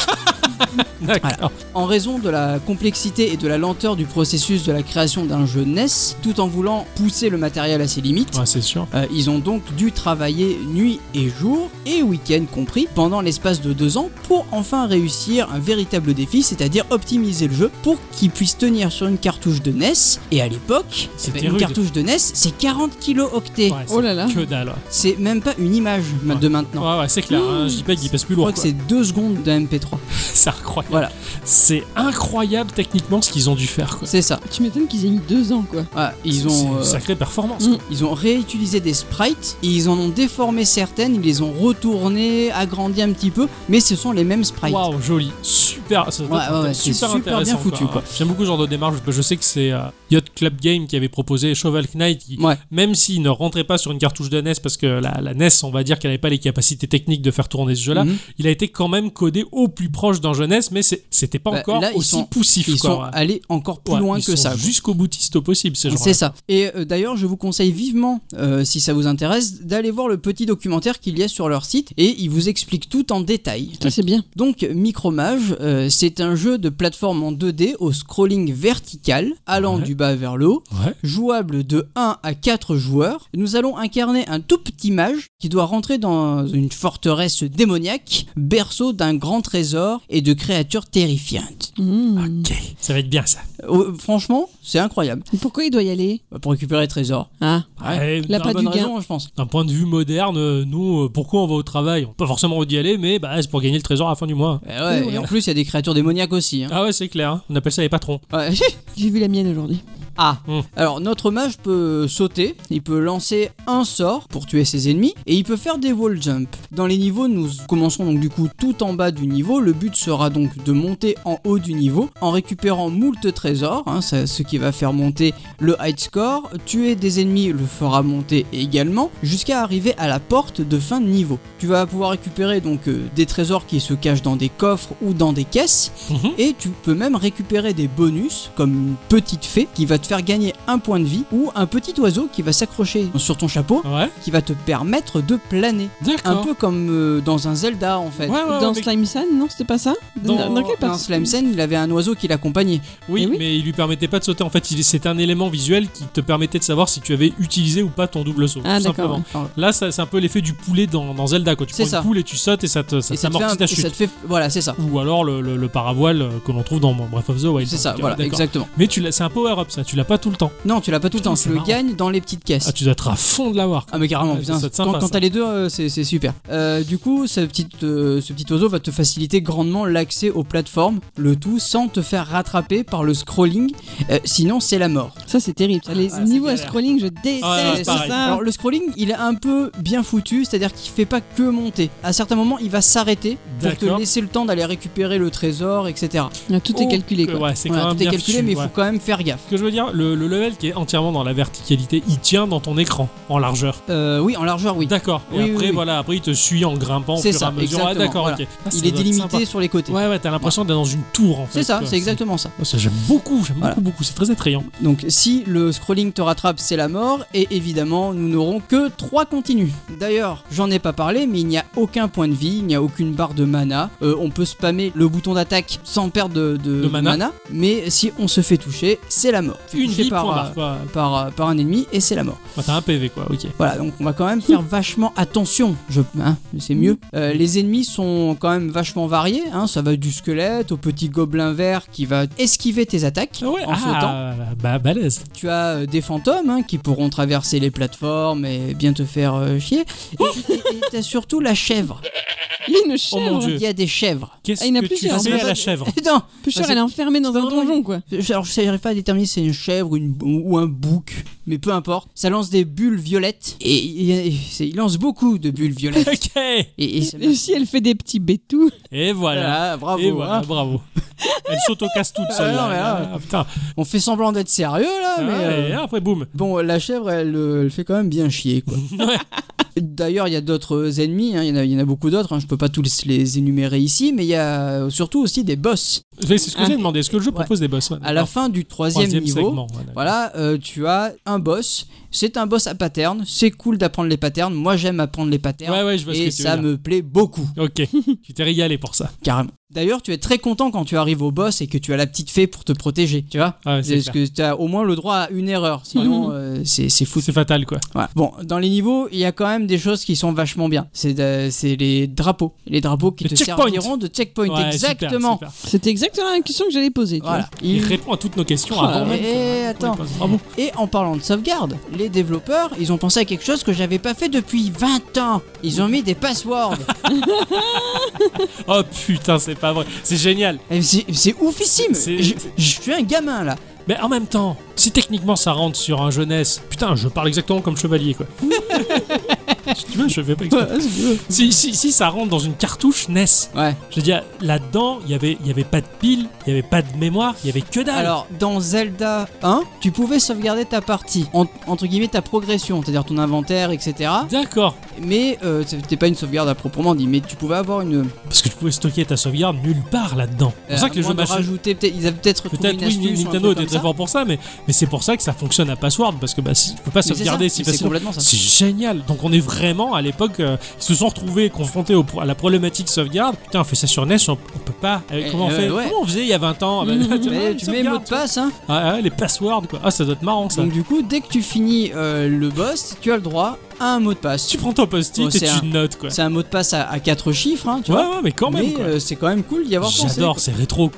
Speaker 3: D'accord.
Speaker 2: En raison de la complexité et de la lenteur du processus de la création d'un jeu NES, tout en voulant pousser le matériel à ses limites,
Speaker 3: Ouais, c'est sûr.
Speaker 2: euh, ils ont donc dû travailler nuit et jour, et week-end compris, pendant l'espace de deux ans pour enfin réussir un véritable défi, c'est-à-dire optimiser le jeu pour qu'il puisse tenir sur une cartouche de NES. Et à l'époque,
Speaker 3: C'était
Speaker 2: une
Speaker 3: rude.
Speaker 2: cartouche de NES, c'est 40 kilo octets.
Speaker 3: Ouais,
Speaker 1: Oh là là.
Speaker 3: c'est Que dalle. ouais.
Speaker 2: C'est même pas une image ma- de maintenant.
Speaker 3: Ouais, ouais, c'est clair. Un JPEG, il pèse plus
Speaker 2: Mmh. Je
Speaker 3: lourd.
Speaker 2: crois que
Speaker 3: quoi.
Speaker 2: c'est 2 secondes d'un MP3.
Speaker 3: C'est incroyable.
Speaker 2: Voilà.
Speaker 3: C'est incroyable techniquement ce qu'ils ont dû faire. Quoi.
Speaker 2: C'est ça.
Speaker 1: Tu m'étonnes qu'ils aient mis deux ans, quoi.
Speaker 2: Ouais, ils
Speaker 3: C'est
Speaker 2: ont.
Speaker 3: une
Speaker 2: euh,
Speaker 3: sacrée performance.
Speaker 1: Mm.
Speaker 3: quoi.
Speaker 2: Ils ont réutilisé des sprites et ils en ont déformé certaines, ils les ont retournées, agrandies un petit peu, mais ce sont les mêmes sprites.
Speaker 3: Waouh, joli, super, ça doit
Speaker 2: Ouais,
Speaker 3: être
Speaker 2: ouais, ouais, c'est
Speaker 3: super
Speaker 2: super bien
Speaker 3: intéressant.
Speaker 2: foutu, quoi.
Speaker 3: J'aime beaucoup ce genre de démarche. Je sais que c'est euh, Yacht Club Game qui avait proposé Shovel Knight, qui,
Speaker 2: Ouais.
Speaker 3: même s'il ne rentrait pas sur une cartouche de NES parce que la, E la NES, on va dire qu'elle n'avait pas les capacités techniques de faire tourner ce jeu-là,
Speaker 2: Mhm.
Speaker 3: il a été quand même codé au plus proche d'un jeu NES NES, mais c'est- c'était pas
Speaker 2: Bah,
Speaker 3: encore
Speaker 2: là, ils
Speaker 3: aussi
Speaker 2: sont-
Speaker 3: poussif.
Speaker 2: Ils
Speaker 3: quoi.
Speaker 2: sont
Speaker 3: Ouais.
Speaker 2: allés encore plus
Speaker 3: Ouais,
Speaker 2: loin
Speaker 3: ils
Speaker 2: que
Speaker 3: sont
Speaker 2: ça. Ah,
Speaker 3: Jusqu'au boutiste au possible, ces gens
Speaker 2: C'est ça. Et euh, d'ailleurs, je vous conseille vivement, euh, si ça vous intéresse, d'aller voir le petit documentaire qu'il y a sur leur site et ils vous expliquent tout en détail.
Speaker 1: Ça, c'est bien.
Speaker 2: Donc, Micromage, euh, c'est un jeu de plateforme en 2D au scrolling vertical, allant
Speaker 3: Ouais.
Speaker 2: du bas vers le haut,
Speaker 3: Ouais.
Speaker 2: jouable de 1 à 4 joueurs. Nous allons incarner un tout petit mage qui doit rentrer dans une forteresse démoniaque, berceau d'un grand trésor et de créatures terrifiantes.
Speaker 1: Mmh.
Speaker 3: Ok, ça va être bien ça.
Speaker 2: Euh, franchement, c'est incroyable.
Speaker 1: Et Pourquoi il doit y aller
Speaker 2: Pour récupérer le trésor.
Speaker 1: Ah,
Speaker 3: Ouais,
Speaker 1: La
Speaker 3: d'un
Speaker 1: pas
Speaker 2: Bonne
Speaker 1: du gain.
Speaker 2: raison, je pense.
Speaker 3: D'un point de vue moderne, euh, nous, euh, pourquoi on va au travail Pas forcément d'y aller, mais bah, c'est pour gagner le trésor à la fin du mois.
Speaker 2: Eh ouais,
Speaker 1: Oui,
Speaker 2: et
Speaker 1: oui.
Speaker 2: en plus, il y a des créatures démoniaques aussi. hein.
Speaker 3: Ah ouais, c'est clair, hein. on appelle ça les patrons.
Speaker 2: Ouais.
Speaker 1: j'ai vu la mienne aujourd'hui.
Speaker 2: Ah.
Speaker 3: Mm.
Speaker 2: Alors, notre mage peut sauter, il peut lancer un sort pour tuer ses ennemis, et il peut faire des wall jump. Dans les niveaux, nous commençons donc du coup tout en bas du niveau. Le but sera donc de monter en haut du niveau en récupérant moult trésors, hein, ça- ce qui va faire monter le high score. Tuer des ennemis le fera monter également, jusqu'à arriver à la porte de fin de niveau. Tu vas pouvoir récupérer donc euh, des trésors qui se cachent dans des coffres ou dans des caisses,
Speaker 3: Mhm.
Speaker 2: et tu peux même récupérer des bonus comme une petite fée qui va te faire gagner un point de vie ou un petit oiseau qui va s'accrocher sur ton chapeau
Speaker 3: Ouais,
Speaker 2: qui va te permettre de planer. Un
Speaker 3: d'accord.
Speaker 2: peu comme euh, dans un Zelda en fait.
Speaker 3: Ouais, ouais, ouais,
Speaker 1: dans
Speaker 3: Oh, mais-
Speaker 1: Slime Sand, non C'était pas ça
Speaker 3: Dans-
Speaker 1: quelle
Speaker 2: Dans
Speaker 1: partie
Speaker 2: Slime Sen, il avait un oiseau qui l'accompagnait.
Speaker 3: Oui,
Speaker 1: Eh oui.
Speaker 3: mais il lui permettait pas de sauter. En fait, il- c'était un élément visuel qui te permettait de savoir si tu avais utilisé ou pas ton double saut.
Speaker 1: Ah,
Speaker 3: tout
Speaker 1: d'accord.
Speaker 3: simplement. Là, ça- c'est un peu l'effet du poulet dans, dans Zelda. Quand tu
Speaker 2: C'est
Speaker 3: prends
Speaker 2: ça.
Speaker 3: une poule et tu sautes et ça te ça
Speaker 2: Et ça, te fait
Speaker 3: t'amortit
Speaker 2: un-
Speaker 3: ta
Speaker 2: et
Speaker 3: chute.
Speaker 2: ça te fait. Voilà, c'est ça.
Speaker 3: Ou alors le, le- le paravoile euh, que l'on trouve dans Breath of the Wild.
Speaker 2: C'est
Speaker 3: Donc,
Speaker 2: ça,
Speaker 3: euh,
Speaker 2: voilà,
Speaker 3: d'accord.
Speaker 2: exactement.
Speaker 3: Mais tu l'as- c'est un power-up, ça. Tu l'as pas tout le temps.
Speaker 2: Non, tu l'as pas tout le
Speaker 3: Putain,
Speaker 2: temps,
Speaker 3: c'est
Speaker 2: tu le
Speaker 3: marrant.
Speaker 2: gagnes dans les petites caisses.
Speaker 3: Ah, tu dois être à fond de l'avoir.
Speaker 2: Ah mais carrément,
Speaker 3: Ouais,
Speaker 2: putain,
Speaker 3: ça doit être
Speaker 2: quand,
Speaker 3: sympa,
Speaker 2: quand
Speaker 3: ça.
Speaker 2: t'as les deux, euh, c'est c'est super. Euh, du coup, ce petit, euh, ce petit oiseau va te faciliter grandement l'accès aux plateformes, le tout sans te faire rattraper par le scrolling, euh, sinon c'est la mort.
Speaker 1: Ça, c'est terrible. ça. Les
Speaker 3: Ah, c'est
Speaker 1: niveaux à
Speaker 3: galère.
Speaker 1: scrolling, je déteste
Speaker 3: Ah, ouais, pareil.
Speaker 1: ça.
Speaker 2: Alors le scrolling, il est un peu bien foutu, c'est-à-dire qu'il fait pas que monter. À certains moments, il va s'arrêter pour te
Speaker 3: D'accord.
Speaker 2: laisser le temps d'aller récupérer le trésor, etc.
Speaker 1: Ah, tout est
Speaker 3: Oh,
Speaker 1: calculé,
Speaker 3: que-
Speaker 1: quoi.
Speaker 3: Ouais, c'est quand
Speaker 2: Voilà,
Speaker 3: même
Speaker 2: tout est
Speaker 3: bien
Speaker 2: calculé,
Speaker 3: fichu,
Speaker 2: mais il
Speaker 3: ouais.
Speaker 2: faut quand même faire gaffe.
Speaker 3: Ce que je veux dire, le, le level qui est entièrement dans la verticalité, il tient dans ton écran en largeur.
Speaker 2: Euh, oui, en largeur, oui.
Speaker 3: D'accord. Et
Speaker 2: Oui, oui,
Speaker 3: après,
Speaker 2: oui.
Speaker 3: voilà, après il te suit en grimpant au
Speaker 2: C'est
Speaker 3: fur et
Speaker 2: ça,
Speaker 3: à mesure. Ah,
Speaker 2: exactement,
Speaker 3: d'accord,
Speaker 2: voilà.
Speaker 3: ok. Ah, ça
Speaker 2: il est
Speaker 3: doit être
Speaker 2: délimité sur les côtés.
Speaker 3: sympa. Ouais, ouais, t'as l'impression d'être dans une tour en fait.
Speaker 2: c'est ça,
Speaker 3: quoi.
Speaker 2: c'est exactement ça.
Speaker 3: Oh, ça, j'aime beaucoup, j'aime
Speaker 2: Voilà.
Speaker 3: beaucoup, beaucoup. C'est très attrayant.
Speaker 2: Donc si le scrolling te rattrape, c'est la mort, et évidemment, nous n'aurons que 3 continues. D'ailleurs, j'en ai pas parlé, mais il n'y a aucun point de vie, il n'y a aucune barre de mana, Euh, on peut spammer le bouton d'attaque sans perdre de, de
Speaker 3: De mana.
Speaker 2: mais si on se fait toucher, c'est la mort. On se fait
Speaker 3: Une
Speaker 2: toucher
Speaker 3: vie,
Speaker 2: par,
Speaker 3: point
Speaker 2: euh,
Speaker 3: barre, quoi.
Speaker 2: par, euh, par un ennemi, et c'est la mort.
Speaker 3: Enfin, t'as un PV, quoi, ok.
Speaker 2: Voilà, donc on va quand même faire vachement attention, je, hein, c'est mieux. Euh, les ennemis sont quand même vachement variés, hein, ça va du squelette au petit gobelin vert qui va esquiver tes attaques en sautant.
Speaker 3: ah, bah, balèze.
Speaker 2: Tu as euh, des fantômes hein, qui pourront traverser les plateformes et bien te faire euh, chier. Et- Et et t'as surtout la chèvre.
Speaker 1: Il y a une hein.
Speaker 3: Oh mon
Speaker 1: chèvre.
Speaker 3: dieu.
Speaker 2: Il y a des chèvres.
Speaker 3: Qu'est-ce
Speaker 1: Ah, il y en a
Speaker 3: que tu
Speaker 1: plusieurs,
Speaker 3: fais
Speaker 1: c'est
Speaker 3: à
Speaker 1: pas-
Speaker 3: la chèvre
Speaker 2: non,
Speaker 1: Plus cher,
Speaker 2: Ah, c'est-
Speaker 1: elle est enfermée dans
Speaker 2: c'est
Speaker 1: un
Speaker 2: vraiment
Speaker 1: donjon,
Speaker 2: une-
Speaker 1: quoi.
Speaker 2: je- alors je n'arrive pas à déterminer si c'est une chèvre une, ou un bouc, mais peu importe. Ça lance des bulles violettes et, et- et c'est- il lance beaucoup de bulles violettes.
Speaker 3: Ok.
Speaker 2: Et, et ça-
Speaker 1: Et si elle fait des petits bétous
Speaker 3: Et voilà.
Speaker 2: Voilà, bravo.
Speaker 3: Et voilà,
Speaker 2: hein.
Speaker 3: bravo. Elle s'auto-casse toute
Speaker 2: Ah,
Speaker 3: seule.
Speaker 2: non, mais là-
Speaker 3: putain.
Speaker 2: On fait semblant d'être sérieux là, mais.
Speaker 3: Ah,
Speaker 2: euh,
Speaker 3: et après, boum.
Speaker 2: Bon, la chèvre, elle, euh, elle fait quand même bien chier, quoi. D'ailleurs, il y a d'autres ennemis, hein, il y, en a- il y en a beaucoup d'autres, hein, je peux pas tous les énumérer ici, mais il y a surtout aussi des boss.
Speaker 3: Mais C'est ce que
Speaker 1: Ah.
Speaker 3: j'ai demandé. Est-ce que le jeu propose des boss
Speaker 2: À la fin du troisième, niveau,
Speaker 3: segment. ouais, d'accord.
Speaker 2: voilà, euh, tu as un boss. C'est un boss à pattern, c'est cool d'apprendre les patterns, moi j'aime apprendre les patterns,
Speaker 3: Ouais, ouais, je vois ce
Speaker 2: et
Speaker 3: que tu
Speaker 2: ça
Speaker 3: veux dire.
Speaker 2: me plaît beaucoup,
Speaker 3: Ok, tu t'es régalé pour ça.
Speaker 2: carrément. D'ailleurs, tu es très content quand tu arrives au boss et que tu as la petite fée pour te protéger, tu vois
Speaker 3: Ah ouais, c'est
Speaker 2: Parce
Speaker 3: clair.
Speaker 2: que tu as au moins le droit à une erreur, sinon euh, c'est c'est fou.
Speaker 3: C'est fatal quoi.
Speaker 2: Voilà. Bon, dans les niveaux, il y a quand même des choses qui sont vachement bien. C'est de- c'est les drapeaux. Les drapeaux qui
Speaker 3: Les
Speaker 2: te
Speaker 3: checkpoints.
Speaker 2: serviront de checkpoint.
Speaker 3: Ouais, super,
Speaker 2: Exactement.
Speaker 3: super.
Speaker 1: C'était exactement la question que j'allais poser. tu
Speaker 2: Voilà.
Speaker 3: Il
Speaker 2: Il-
Speaker 3: répond à toutes nos questions
Speaker 2: Oh là
Speaker 3: avant
Speaker 2: là,
Speaker 3: même.
Speaker 2: eh,
Speaker 3: qu'on-
Speaker 2: attends.
Speaker 3: qu'on les pose. Bravo.
Speaker 2: Et en parlant de sauvegarde, les développeurs, ils ont pensé à quelque chose que j'avais pas fait depuis 20 ans. Ils ont mis des passwords.
Speaker 3: Oh putain, c'est pas vrai. C'est génial.
Speaker 2: Eh, c'est c'est oufissime.
Speaker 3: C'est-
Speaker 2: Je, je suis un gamin là.
Speaker 3: Mais en même temps, si techniquement ça rentre sur un jeunesse, putain, je parle exactement comme chevalier quoi. Si tu veux, je fais pas exprès. Si, si, si ça rentre dans une cartouche NES,
Speaker 2: Ouais.
Speaker 3: je veux dire, là-dedans, il y avait- il y avait pas de pile, il y avait pas de mémoire, il y avait que dalle.
Speaker 2: Alors, dans Zelda 1, tu pouvais sauvegarder ta partie, en- entre guillemets ta progression, c'est-à-dire ton inventaire, etc.
Speaker 3: D'accord,
Speaker 2: Mais euh, c'était pas une sauvegarde à proprement dit, mais tu pouvais avoir une.
Speaker 3: parce que tu pouvais stocker ta sauvegarde nulle part là-dedans. C'est
Speaker 2: euh,
Speaker 3: pour ça que les
Speaker 2: à
Speaker 3: jeux
Speaker 2: moins de
Speaker 3: machins-
Speaker 2: rajouter, peut-être, ils avaient peut-être trouvé
Speaker 3: Peut-être
Speaker 2: une
Speaker 3: oui,
Speaker 2: astuce. ou un
Speaker 3: Nintendo
Speaker 2: truc
Speaker 3: était
Speaker 2: comme
Speaker 3: très
Speaker 2: ça.
Speaker 3: fort pour ça, mais, mais c'est pour ça que ça fonctionne à Password, parce que bah, si, tu peux pas
Speaker 2: Mais c'est
Speaker 3: sauvegarder
Speaker 2: ça,
Speaker 3: si
Speaker 2: mais c'est
Speaker 3: facilement.
Speaker 2: complètement ça.
Speaker 3: C'est génial. Donc on est vraiment à l'époque, euh, ils se sont retrouvés confrontés au- à la problématique sauvegarde. Putain, on fait ça sur NES, on, on peut pas. Euh,
Speaker 2: Eh,
Speaker 3: comment, on
Speaker 2: euh,
Speaker 3: fait
Speaker 2: ouais.
Speaker 3: comment on faisait il y a 20 ans Ah bah, tu vois,
Speaker 2: Mais
Speaker 3: les
Speaker 2: tu mets mot
Speaker 3: sauvegardes,
Speaker 2: de passe, Mm. hein.
Speaker 3: tu vois. Ah, ah, les passwords quoi. Ah ça doit être marrant ça.
Speaker 2: Donc du coup, dès que tu finis euh, le boss, tu as le droit à un mot de passe.
Speaker 3: tu prends ton post-it
Speaker 2: Oh,
Speaker 3: et
Speaker 2: c'est
Speaker 3: tu
Speaker 2: un-
Speaker 3: notes quoi.
Speaker 2: C'est un mot de passe à, à quatre chiffres, hein, tu
Speaker 3: ouais,
Speaker 2: vois.
Speaker 3: ouais, mais quand même
Speaker 2: mais
Speaker 3: quoi.
Speaker 2: euh, c'est quand même cool d'y avoir pensé.
Speaker 3: J'adore, c'est rétro.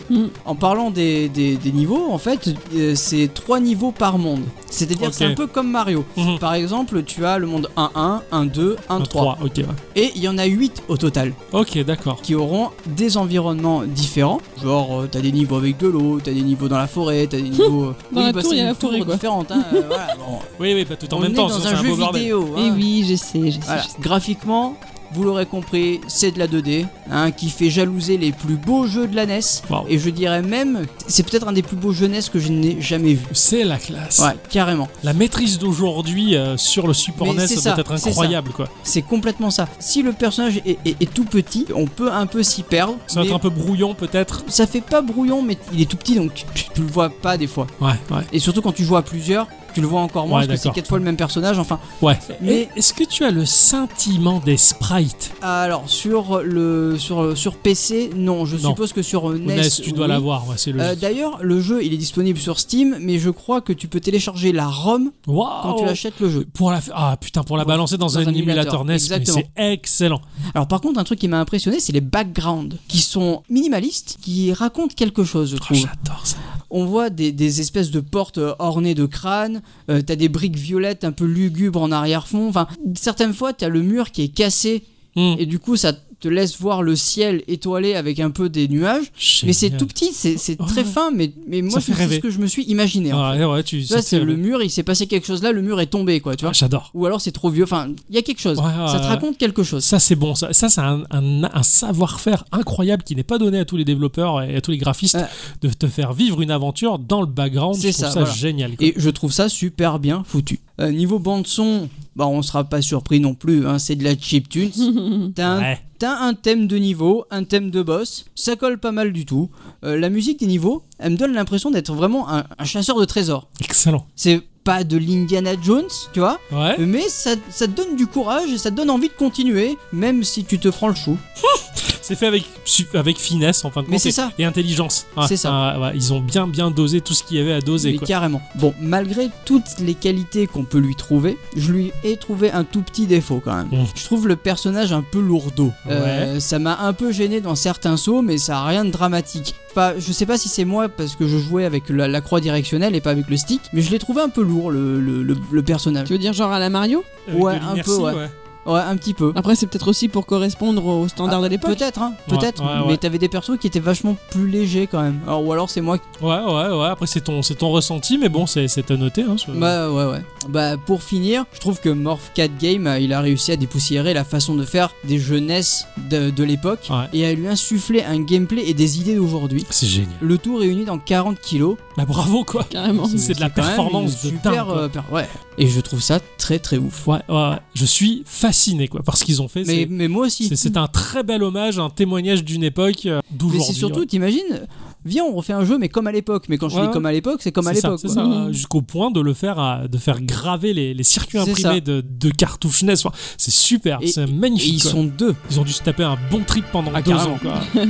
Speaker 2: En parlant des, des- des niveaux, en fait, euh, c'est trois niveaux par monde. C'est-à-dire
Speaker 3: Ok.
Speaker 2: que c'est un peu comme Mario.
Speaker 3: Mhm.
Speaker 2: Par exemple, tu as le monde 1-1, 1-2, 1-3.
Speaker 3: 3, ok. ouais.
Speaker 2: Et il y en a 8 au total
Speaker 3: Ok, d'accord.
Speaker 2: qui auront des environnements différents. Genre, euh, t'as des niveaux avec de l'eau, t'as des niveaux dans la forêt, t'as des niveaux. euh,
Speaker 1: Dans la
Speaker 2: bah,
Speaker 1: tour,
Speaker 2: c'est
Speaker 1: il y a
Speaker 2: une
Speaker 1: la forêt,
Speaker 2: tour
Speaker 1: quoi.
Speaker 2: différente, hein, euh, voilà, bon.
Speaker 3: Oui, oui, pas tout en
Speaker 2: On
Speaker 3: même
Speaker 2: est
Speaker 3: temps, sinon
Speaker 2: dans
Speaker 3: c'est
Speaker 2: un
Speaker 3: un
Speaker 2: jeu
Speaker 3: beau bordel.
Speaker 2: vidéo.
Speaker 1: Et
Speaker 2: hein.
Speaker 1: Eh oui, je sais, je sais.
Speaker 2: Voilà.
Speaker 1: je sais.
Speaker 2: Graphiquement, vous l'aurez compris, c'est de la 2D, hein, qui fait jalouser les plus beaux jeux de la NES.
Speaker 3: Wow.
Speaker 2: Et je dirais même, c'est peut-être un des plus beaux jeux NES que je n'ai jamais vu.
Speaker 3: C'est la classe.
Speaker 2: Ouais, carrément.
Speaker 3: La maîtrise d'aujourd'hui euh, sur le support
Speaker 2: Mais
Speaker 3: NES
Speaker 2: c'est
Speaker 3: ça
Speaker 2: ça,
Speaker 3: doit être
Speaker 2: c'est
Speaker 3: incroyable quoi.
Speaker 2: C'est complètement ça. Si le personnage est, est- est tout petit, on peut un peu s'y perdre.
Speaker 3: Ça doit
Speaker 2: mais
Speaker 3: être un peu brouillon peut-être.
Speaker 2: Ça fait pas brouillon, mais il est tout petit, donc tu, tu- tu le vois pas des fois.
Speaker 3: Ouais, ouais.
Speaker 2: Et surtout quand tu joues à plusieurs, tu le vois encore moins
Speaker 3: Ouais,
Speaker 2: parce que
Speaker 3: d'accord.
Speaker 2: c'est quatre fois le même personnage. Enfin,
Speaker 3: Ouais.
Speaker 2: Mais-
Speaker 3: Et Est-ce que tu as le sentiment des sprites
Speaker 2: alors sur le sur sur PC, non. Je
Speaker 3: Non.
Speaker 2: suppose que sur NES,
Speaker 3: NES, tu dois
Speaker 2: oui.
Speaker 3: l'avoir, ouais, c'est
Speaker 2: Euh,
Speaker 3: logique.
Speaker 2: D'ailleurs, le jeu il est disponible sur Steam, mais je crois que tu peux télécharger la ROM
Speaker 3: Waouh
Speaker 2: quand tu achètes le jeu.
Speaker 3: pour la fa- ah putain pour la
Speaker 2: Pour-
Speaker 3: balancer dans,
Speaker 2: dans
Speaker 3: un,
Speaker 2: un
Speaker 3: émulateur
Speaker 2: émulateur,
Speaker 3: NES mais
Speaker 2: exactement.
Speaker 3: c'est excellent Ah,
Speaker 2: Alors, par contre, un truc qui m'a impressionné, c'est les backgrounds qui sont minimalistes, qui racontent quelque chose, je
Speaker 3: Oh,
Speaker 2: trouve.
Speaker 3: j'adore ça
Speaker 2: On voit des, des espèces de portes euh, ornées de crânes, euh, t'as des briques violettes un peu lugubres en arrière-fond. Enfin, certaines fois, t'as le mur qui est cassé
Speaker 3: Hmm.
Speaker 2: et du coup, ça te laisse voir le ciel étoilé avec un peu des nuages. Mais c'est
Speaker 3: Génial.
Speaker 2: tout petit, c'est c'est
Speaker 3: Ouais.
Speaker 2: très fin, mais, mais moi,
Speaker 3: fait
Speaker 2: c'est
Speaker 3: rêver.
Speaker 2: ce que je me suis imaginé. en fait.
Speaker 3: ah, ouais, ouais, tu
Speaker 2: Tu vois,
Speaker 3: c'est-
Speaker 2: hein. c'est le mur, il s'est passé quelque chose là, le mur est tombé, quoi, tu vois.
Speaker 3: Ah, j'adore
Speaker 2: Ou alors c'est trop vieux, enfin, il y a quelque chose.
Speaker 3: Ouais, ouais,
Speaker 2: ça te
Speaker 3: ouais.
Speaker 2: raconte quelque chose.
Speaker 3: ça c'est bon ça ça c'est un, un- un savoir-faire incroyable qui n'est pas donné à tous les développeurs et à tous les graphistes de
Speaker 2: Ouais.
Speaker 3: te faire vivre une aventure dans le background
Speaker 2: C'est
Speaker 3: je trouve ça,
Speaker 2: ça, voilà.
Speaker 3: génial quoi.
Speaker 2: Et je trouve ça super bien foutu. Euh, niveau bande-son, bah, on sera pas surpris non plus, hein, c'est de la chiptune. T'as un,
Speaker 3: Ouais.
Speaker 2: t'as un thème de niveau, un thème de boss, ça colle pas mal du tout. Euh, la musique des niveaux, elle me donne l'impression d'être vraiment un, un chasseur de trésors.
Speaker 3: excellent
Speaker 2: C'est pas de l'Indiana Jones, tu vois,
Speaker 3: ouais
Speaker 2: mais ça, ça te donne du courage et ça te donne envie de continuer, même si tu te prends le chou.
Speaker 3: C'est fait avec, su- avec finesse en fin de compte.
Speaker 2: Mais c'est
Speaker 3: et-
Speaker 2: ça.
Speaker 3: Et intelligence. Ouais,
Speaker 2: C'est ça.
Speaker 3: ah, ouais, ils ont bien bien dosé tout ce qu'il y avait à doser.
Speaker 2: Mais
Speaker 3: Quoi.
Speaker 2: carrément. Bon, malgré toutes les qualités qu'on peut lui trouver, je lui ai trouvé un tout petit défaut quand même.
Speaker 3: Mm.
Speaker 2: Je trouve le personnage un peu lourdeau. Euh, ça m'a un peu gêné dans certains sauts, mais ça a rien de dramatique. Pas, je sais pas si c'est moi parce que je jouais avec la, la croix directionnelle et pas avec le stick, mais je l'ai trouvé un peu lourd le, le- le- le personnage.
Speaker 1: Tu veux dire genre à la Mario
Speaker 3: Avec
Speaker 2: ouais,
Speaker 3: de
Speaker 2: un
Speaker 3: l'inertie,
Speaker 2: peu, ouais. Ouais, un petit peu.
Speaker 1: Après, c'est peut-être aussi pour correspondre aux standards de Ah, l'époque.
Speaker 2: Peut-être, hein,
Speaker 3: Ouais,
Speaker 2: peut-être,
Speaker 3: ouais, ouais.
Speaker 2: mais t'avais des persos qui étaient vachement plus légers quand même. Alors, ou alors c'est moi
Speaker 3: ouais. Ouais, ouais, ouais. Après, c'est ton, c'est ton ressenti, mais bon, c'est c'est à noter. Hein, ce-
Speaker 2: Bah ouais ouais. Bah pour finir, je trouve que Morph 4 Game, euh, il a réussi à dépoussiérer la façon de faire des jeunesses de, de l'époque
Speaker 3: Ouais.
Speaker 2: et à lui insuffler un gameplay et des idées d'aujourd'hui.
Speaker 3: C'est génial.
Speaker 2: Le tout réuni dans 40 kilos.
Speaker 3: Bah, bravo, quoi.
Speaker 1: Carrément.
Speaker 3: C'est- de la
Speaker 2: quand même
Speaker 3: performance
Speaker 2: une
Speaker 3: de
Speaker 2: super,
Speaker 3: dingue, quoi.
Speaker 2: euh, per- ouais. Et je trouve ça très très ouf.
Speaker 3: Ouais, ouais, ouais. Je suis fasciné, quoi, par ce qu'ils ont fait.
Speaker 2: Mais,
Speaker 3: C'est-
Speaker 2: mais moi aussi.
Speaker 3: C'est c'est un très bel hommage, un témoignage d'une époque euh,
Speaker 2: Mais
Speaker 3: d'aujourd'hui.
Speaker 2: c'est surtout,
Speaker 3: ouais.
Speaker 2: t'imagines, viens on refait un jeu mais comme à l'époque. Mais quand je
Speaker 3: Ouais,
Speaker 2: dis
Speaker 3: ouais.
Speaker 2: comme à l'époque, c'est comme à
Speaker 3: C'est ça,
Speaker 2: l'époque.
Speaker 3: c'est
Speaker 2: quoi. Mmh.
Speaker 3: ça,
Speaker 1: Mhm.
Speaker 3: euh, jusqu'au point de le faire, à- de faire graver les, les circuits
Speaker 2: C'est
Speaker 3: imprimés
Speaker 2: ça.
Speaker 3: de, de cartouches NES. Enfin, c'est super,
Speaker 2: Et-
Speaker 3: c'est
Speaker 2: Et
Speaker 3: magnifique.
Speaker 2: ils
Speaker 3: quoi.
Speaker 2: sont deux.
Speaker 3: Ils ont dû se taper un bon trip pendant
Speaker 2: Ah,
Speaker 3: deux
Speaker 2: carrément.
Speaker 3: ans. Quoi.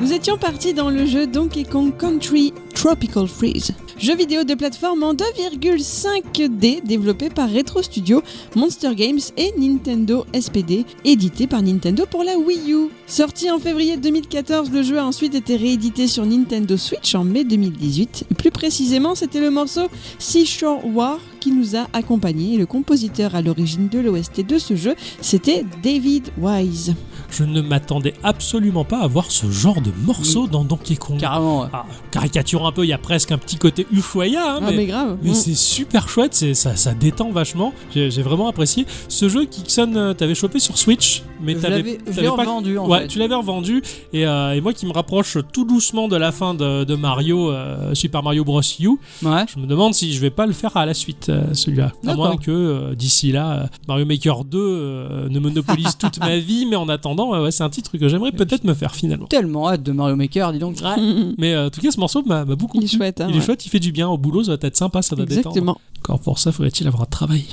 Speaker 1: Nous étions partis dans le jeu Donkey Kong Country Tropical Freeze, jeu vidéo de plateforme en 2,5D développé par Retro Studio, Monster Games et Nintendo SPD, édité par Nintendo pour la Wii U. Sorti en février 2014, le jeu a ensuite été réédité sur Nintendo Switch en mai 2018. Plus précisément, c'était le morceau Seashore War qui nous a accompagnés et le compositeur à l'origine de l'OST de ce jeu, c'était David Wise.
Speaker 3: Je ne m'attendais absolument pas à voir ce genre de morceau dans Donkey Kong.
Speaker 2: Carrément, ouais.
Speaker 3: Ah, caricature un peu, il y a presque un petit côté Ushuaïa, hein,
Speaker 1: Ah mais grave.
Speaker 3: Mais
Speaker 1: Mm.
Speaker 3: c'est super chouette, c'est- ça, ça détend vachement. J'ai j'ai vraiment apprécié. Ce jeu, Kixon, euh, t'avais chopé sur Switch, mais
Speaker 2: Je
Speaker 3: t'avais
Speaker 2: l'avais- je
Speaker 3: t'avais
Speaker 2: l'ai
Speaker 3: pas.
Speaker 2: revendu en
Speaker 3: ouais,
Speaker 2: fait.
Speaker 3: tu l'avais revendu. Et, euh, et moi qui me rapproche tout doucement de la fin de, de Mario, euh, Super Mario Bros. U,
Speaker 2: Ouais.
Speaker 3: je me demande si je vais pas le faire à la suite, euh, celui-là. À
Speaker 2: D'accord.
Speaker 3: moins que euh, d'ici là, euh, Mario Maker 2 euh, ne monopolise toute ma vie, mais en attendant, ouais, ouais, c'est un titre que j'aimerais peut-être me faire finalement.
Speaker 2: Tellement hâte de Mario Maker, dis donc.
Speaker 3: Ouais. Mais euh, en tout cas, ce morceau m'a m'a beaucoup
Speaker 1: Il est
Speaker 3: plu.
Speaker 1: chouette, hein,
Speaker 3: il est
Speaker 1: ouais.
Speaker 3: chouette, il fait du bien au boulot, ça doit être sympa, ça doit détendre.
Speaker 1: Exactement.
Speaker 3: Encore pour ça, faudrait-il avoir un travail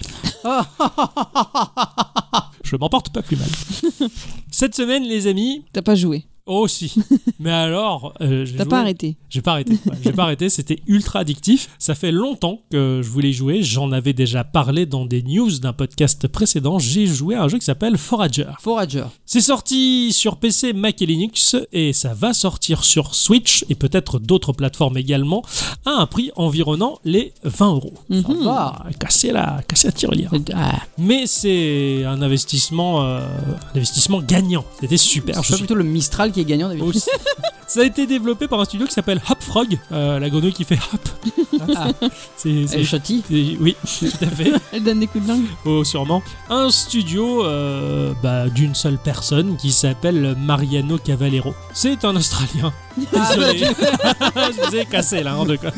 Speaker 2: Ah, ah, ah, ah, ah, ah, ah.
Speaker 3: Je m'en porte pas plus mal. Cette semaine, les amis,
Speaker 1: T'as pas joué.
Speaker 3: oh si. Mais alors, euh, j'ai
Speaker 1: T'as
Speaker 3: joué-
Speaker 1: pas arrêté.
Speaker 3: J'ai pas arrêté. ouais, j'ai pas arrêté. C'était ultra addictif. Ça fait longtemps que je voulais y jouer. J'en avais déjà parlé dans des news d'un podcast précédent. J'ai joué à un jeu qui s'appelle Forager.
Speaker 2: Forager. Ah,
Speaker 3: C'est sorti sur PC, Mac et Linux, et ça va sortir sur Switch et peut-être d'autres plateformes également, à un prix environnant les 20 euros.
Speaker 2: Ça va.
Speaker 3: Ah, cassez la, cassez la tirelire.
Speaker 2: Ah,
Speaker 3: Mais c'est un investissement, euh, un investissement gagnant. C'était super.
Speaker 2: c'est
Speaker 3: je
Speaker 2: pas
Speaker 3: suis-
Speaker 2: plutôt le Mistral qui est gagnant d'habitude.
Speaker 3: aussi. Ça a été développé par un studio qui s'appelle Hop Frog, euh, la grenouille qui fait hop.
Speaker 2: Ah.
Speaker 3: C'est,
Speaker 2: Elle
Speaker 3: c'est-
Speaker 2: châtie.
Speaker 3: c'est- oui, tout à fait.
Speaker 1: Elle donne des coups de langue.
Speaker 3: Oh, sûrement. Un studio euh, bah, d'une seule personne qui s'appelle Mariano Cavallero. C'est un Australien.
Speaker 2: Ah, bah,
Speaker 3: Désolé. Je vous ai cassé là, en deux cas.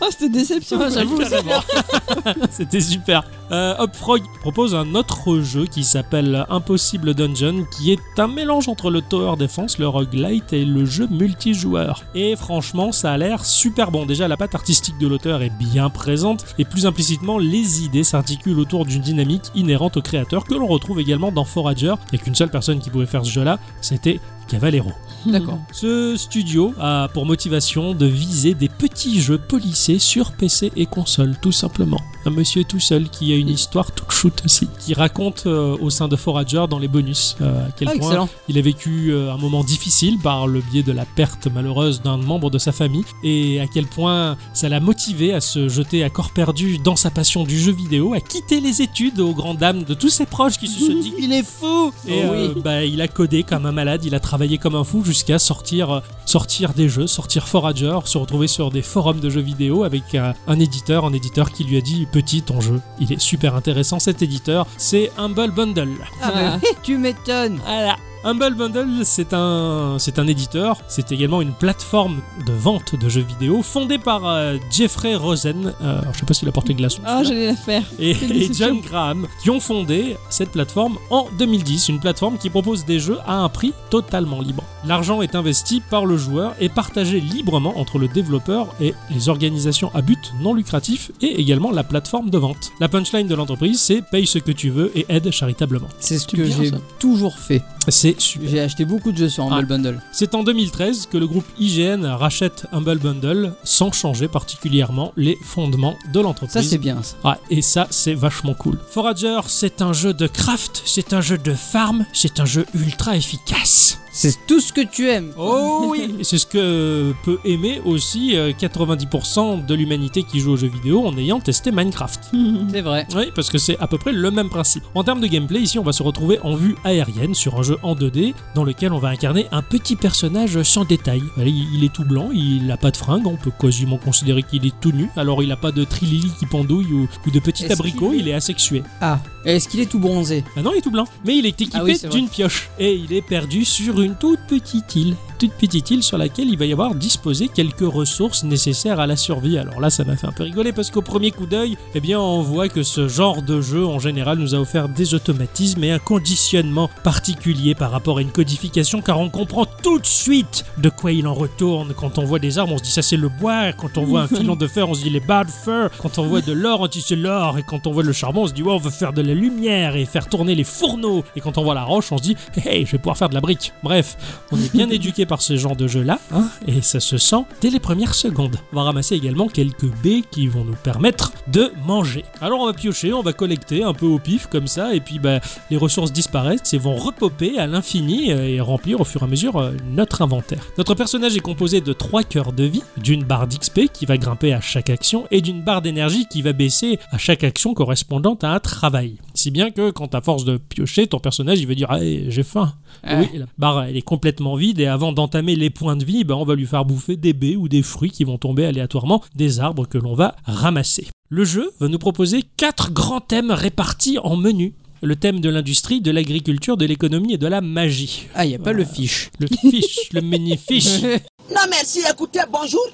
Speaker 1: Oh, c'était déception.
Speaker 3: Carrément. C'était super. Euh, Hop Frog propose un autre jeu qui s'appelle Impossible Dungeon, qui est un mélange entre le tower defense, le roguelite et le jeu multijoueur. Et franchement, ça a l'air super bon. Déjà, la patte artistique de l'auteur est bien présente, et plus implicitement, les idées s'articulent autour d'une dynamique inhérente au créateur que l'on retrouve également dans Forager. Il n'y a qu'une seule personne qui pouvait faire ce jeu-là, c'était Cavallero.
Speaker 2: D'accord.
Speaker 3: Ce studio a pour motivation de viser des petits jeux policés sur PC et console, tout simplement. Un monsieur tout seul qui a une histoire toute shoot aussi, qui raconte euh, au sein de Forager dans les bonus euh, à quel
Speaker 2: Ah,
Speaker 3: point
Speaker 2: excellent.
Speaker 3: il a vécu euh, un moment difficile par le biais de la perte malheureuse d'un membre de sa famille et à quel point ça l'a motivé à se jeter à corps perdu dans sa passion du jeu vidéo, à quitter les études aux grandes dames de tous ses proches qui se sont dit il est fou et
Speaker 2: Oh oui.
Speaker 3: euh, bah, il a codé comme un malade, il a travaillé comme un fou jusqu'à sortir euh, sortir des jeux, sortir Forager, se retrouver sur des forums de jeux vidéo avec euh, un éditeur, un éditeur qui lui a dit petit ton jeu, il est super intéressant cet éditeur, c'est Humble Bundle.
Speaker 2: Ah, bah, hé, tu m'étonnes.
Speaker 3: Voilà. Humble Bundle, c'est un, c'est un éditeur, c'est également une plateforme de vente de jeux vidéo fondée par euh, Jeffrey Rosen, euh, alors je sais pas s'il a porté glaçon,
Speaker 1: Ah, j'allais la faire.
Speaker 3: et,
Speaker 1: quelle
Speaker 3: et
Speaker 1: déception.
Speaker 3: John Graham, qui ont fondé cette plateforme en 2010, une plateforme qui propose des jeux à un prix totalement libre. L'argent est investi par le joueur et partagé librement entre le développeur et les organisations à but non lucratif et également la plateforme de vente. La punchline de l'entreprise, c'est paye ce que tu veux et aide charitablement.
Speaker 2: C'est ce que
Speaker 1: bien,
Speaker 2: j'ai
Speaker 1: ça.
Speaker 2: toujours fait.
Speaker 3: C'est super.
Speaker 2: J'ai acheté beaucoup de jeux sur Humble
Speaker 3: Ah.
Speaker 2: Bundle.
Speaker 3: C'est en 2013 que le groupe IGN rachète Humble Bundle sans changer particulièrement les fondements de
Speaker 2: Ça,
Speaker 3: l'entreprise.
Speaker 2: c'est bien. ça.
Speaker 3: Ouais, et ça, c'est vachement cool. Forager, c'est un jeu de craft, c'est un jeu de farm, c'est un jeu ultra efficace.
Speaker 2: C'est tout ce que tu aimes.
Speaker 3: Oh oui C'est ce que peut aimer aussi euh, 90% de l'humanité qui joue aux jeux vidéo en ayant testé Minecraft.
Speaker 2: C'est vrai.
Speaker 3: Oui, parce que c'est à peu près le même principe. En termes de gameplay, ici, on va se retrouver en vue aérienne sur un jeu en 2D dans lequel on va incarner un petit personnage sans détail. Voilà, Il il est tout blanc, il n'a pas de fringue, on peut quasiment considérer qu'il est tout nu. Alors, il n'a pas de trilili qui pendouille ou, ou de petit
Speaker 2: Est-ce
Speaker 3: abricot,
Speaker 2: qu'il est-
Speaker 3: il est asexué.
Speaker 2: Ah. Et Est-ce qu'il est tout bronzé
Speaker 3: Ah non, il est tout blanc. Mais il est équipé
Speaker 2: Ah oui, c'est vrai.
Speaker 3: d'une pioche. Et il est perdu sur une toute petite île. Toute petite île sur laquelle il va y avoir disposé quelques ressources nécessaires à la survie. Alors là, ça m'a fait un peu rigoler parce qu'au premier coup d'œil, eh bien, on voit que ce genre de jeu, en général, nous a offert des automatismes et un conditionnement particulier par rapport à une codification, car on comprend tout de suite de quoi il en retourne. Quand on voit des armes, on se dit ça c'est le bois. Quand on voit un filon de fer, on se dit les barres de fer. Quand on voit de l'or, on se dit c'est l'or. Et quand on voit le charbon, on se dit ouais, on veut faire de la lumière et faire tourner les fourneaux. Et quand on voit la roche, on se dit hey, hey, je vais pouvoir faire de la brique. Bref, on est bien éduqué par ce genre de jeu-là, hein, et ça se sent dès les premières secondes. On va ramasser également quelques baies qui vont nous permettre de manger. Alors on va piocher, on va collecter un peu au pif comme ça, et puis bah, les ressources disparaissent et vont repopper à l'infini euh, et remplir au fur et à mesure euh, notre inventaire. Notre personnage est composé de trois cœurs de vie, d'une barre d'XP qui va grimper à chaque action et d'une barre d'énergie qui va baisser à chaque action correspondante à un travail. Si bien que quand à force de piocher, ton personnage il va dire ah, j'ai faim.
Speaker 2: Ah.
Speaker 3: Oui, la barre elle est complètement vide et avant d'entamer les points de vie, ben, on va lui faire bouffer des baies ou des fruits qui vont tomber aléatoirement des arbres que l'on va ramasser. Le jeu va nous proposer quatre grands thèmes répartis en menus. Le thème de l'industrie, de l'agriculture, de l'économie et de la magie.
Speaker 2: Ah, il n'y a pas le fiche.
Speaker 3: Le fiche, le mini-fiche.
Speaker 5: Non merci, écoutez, bonjour.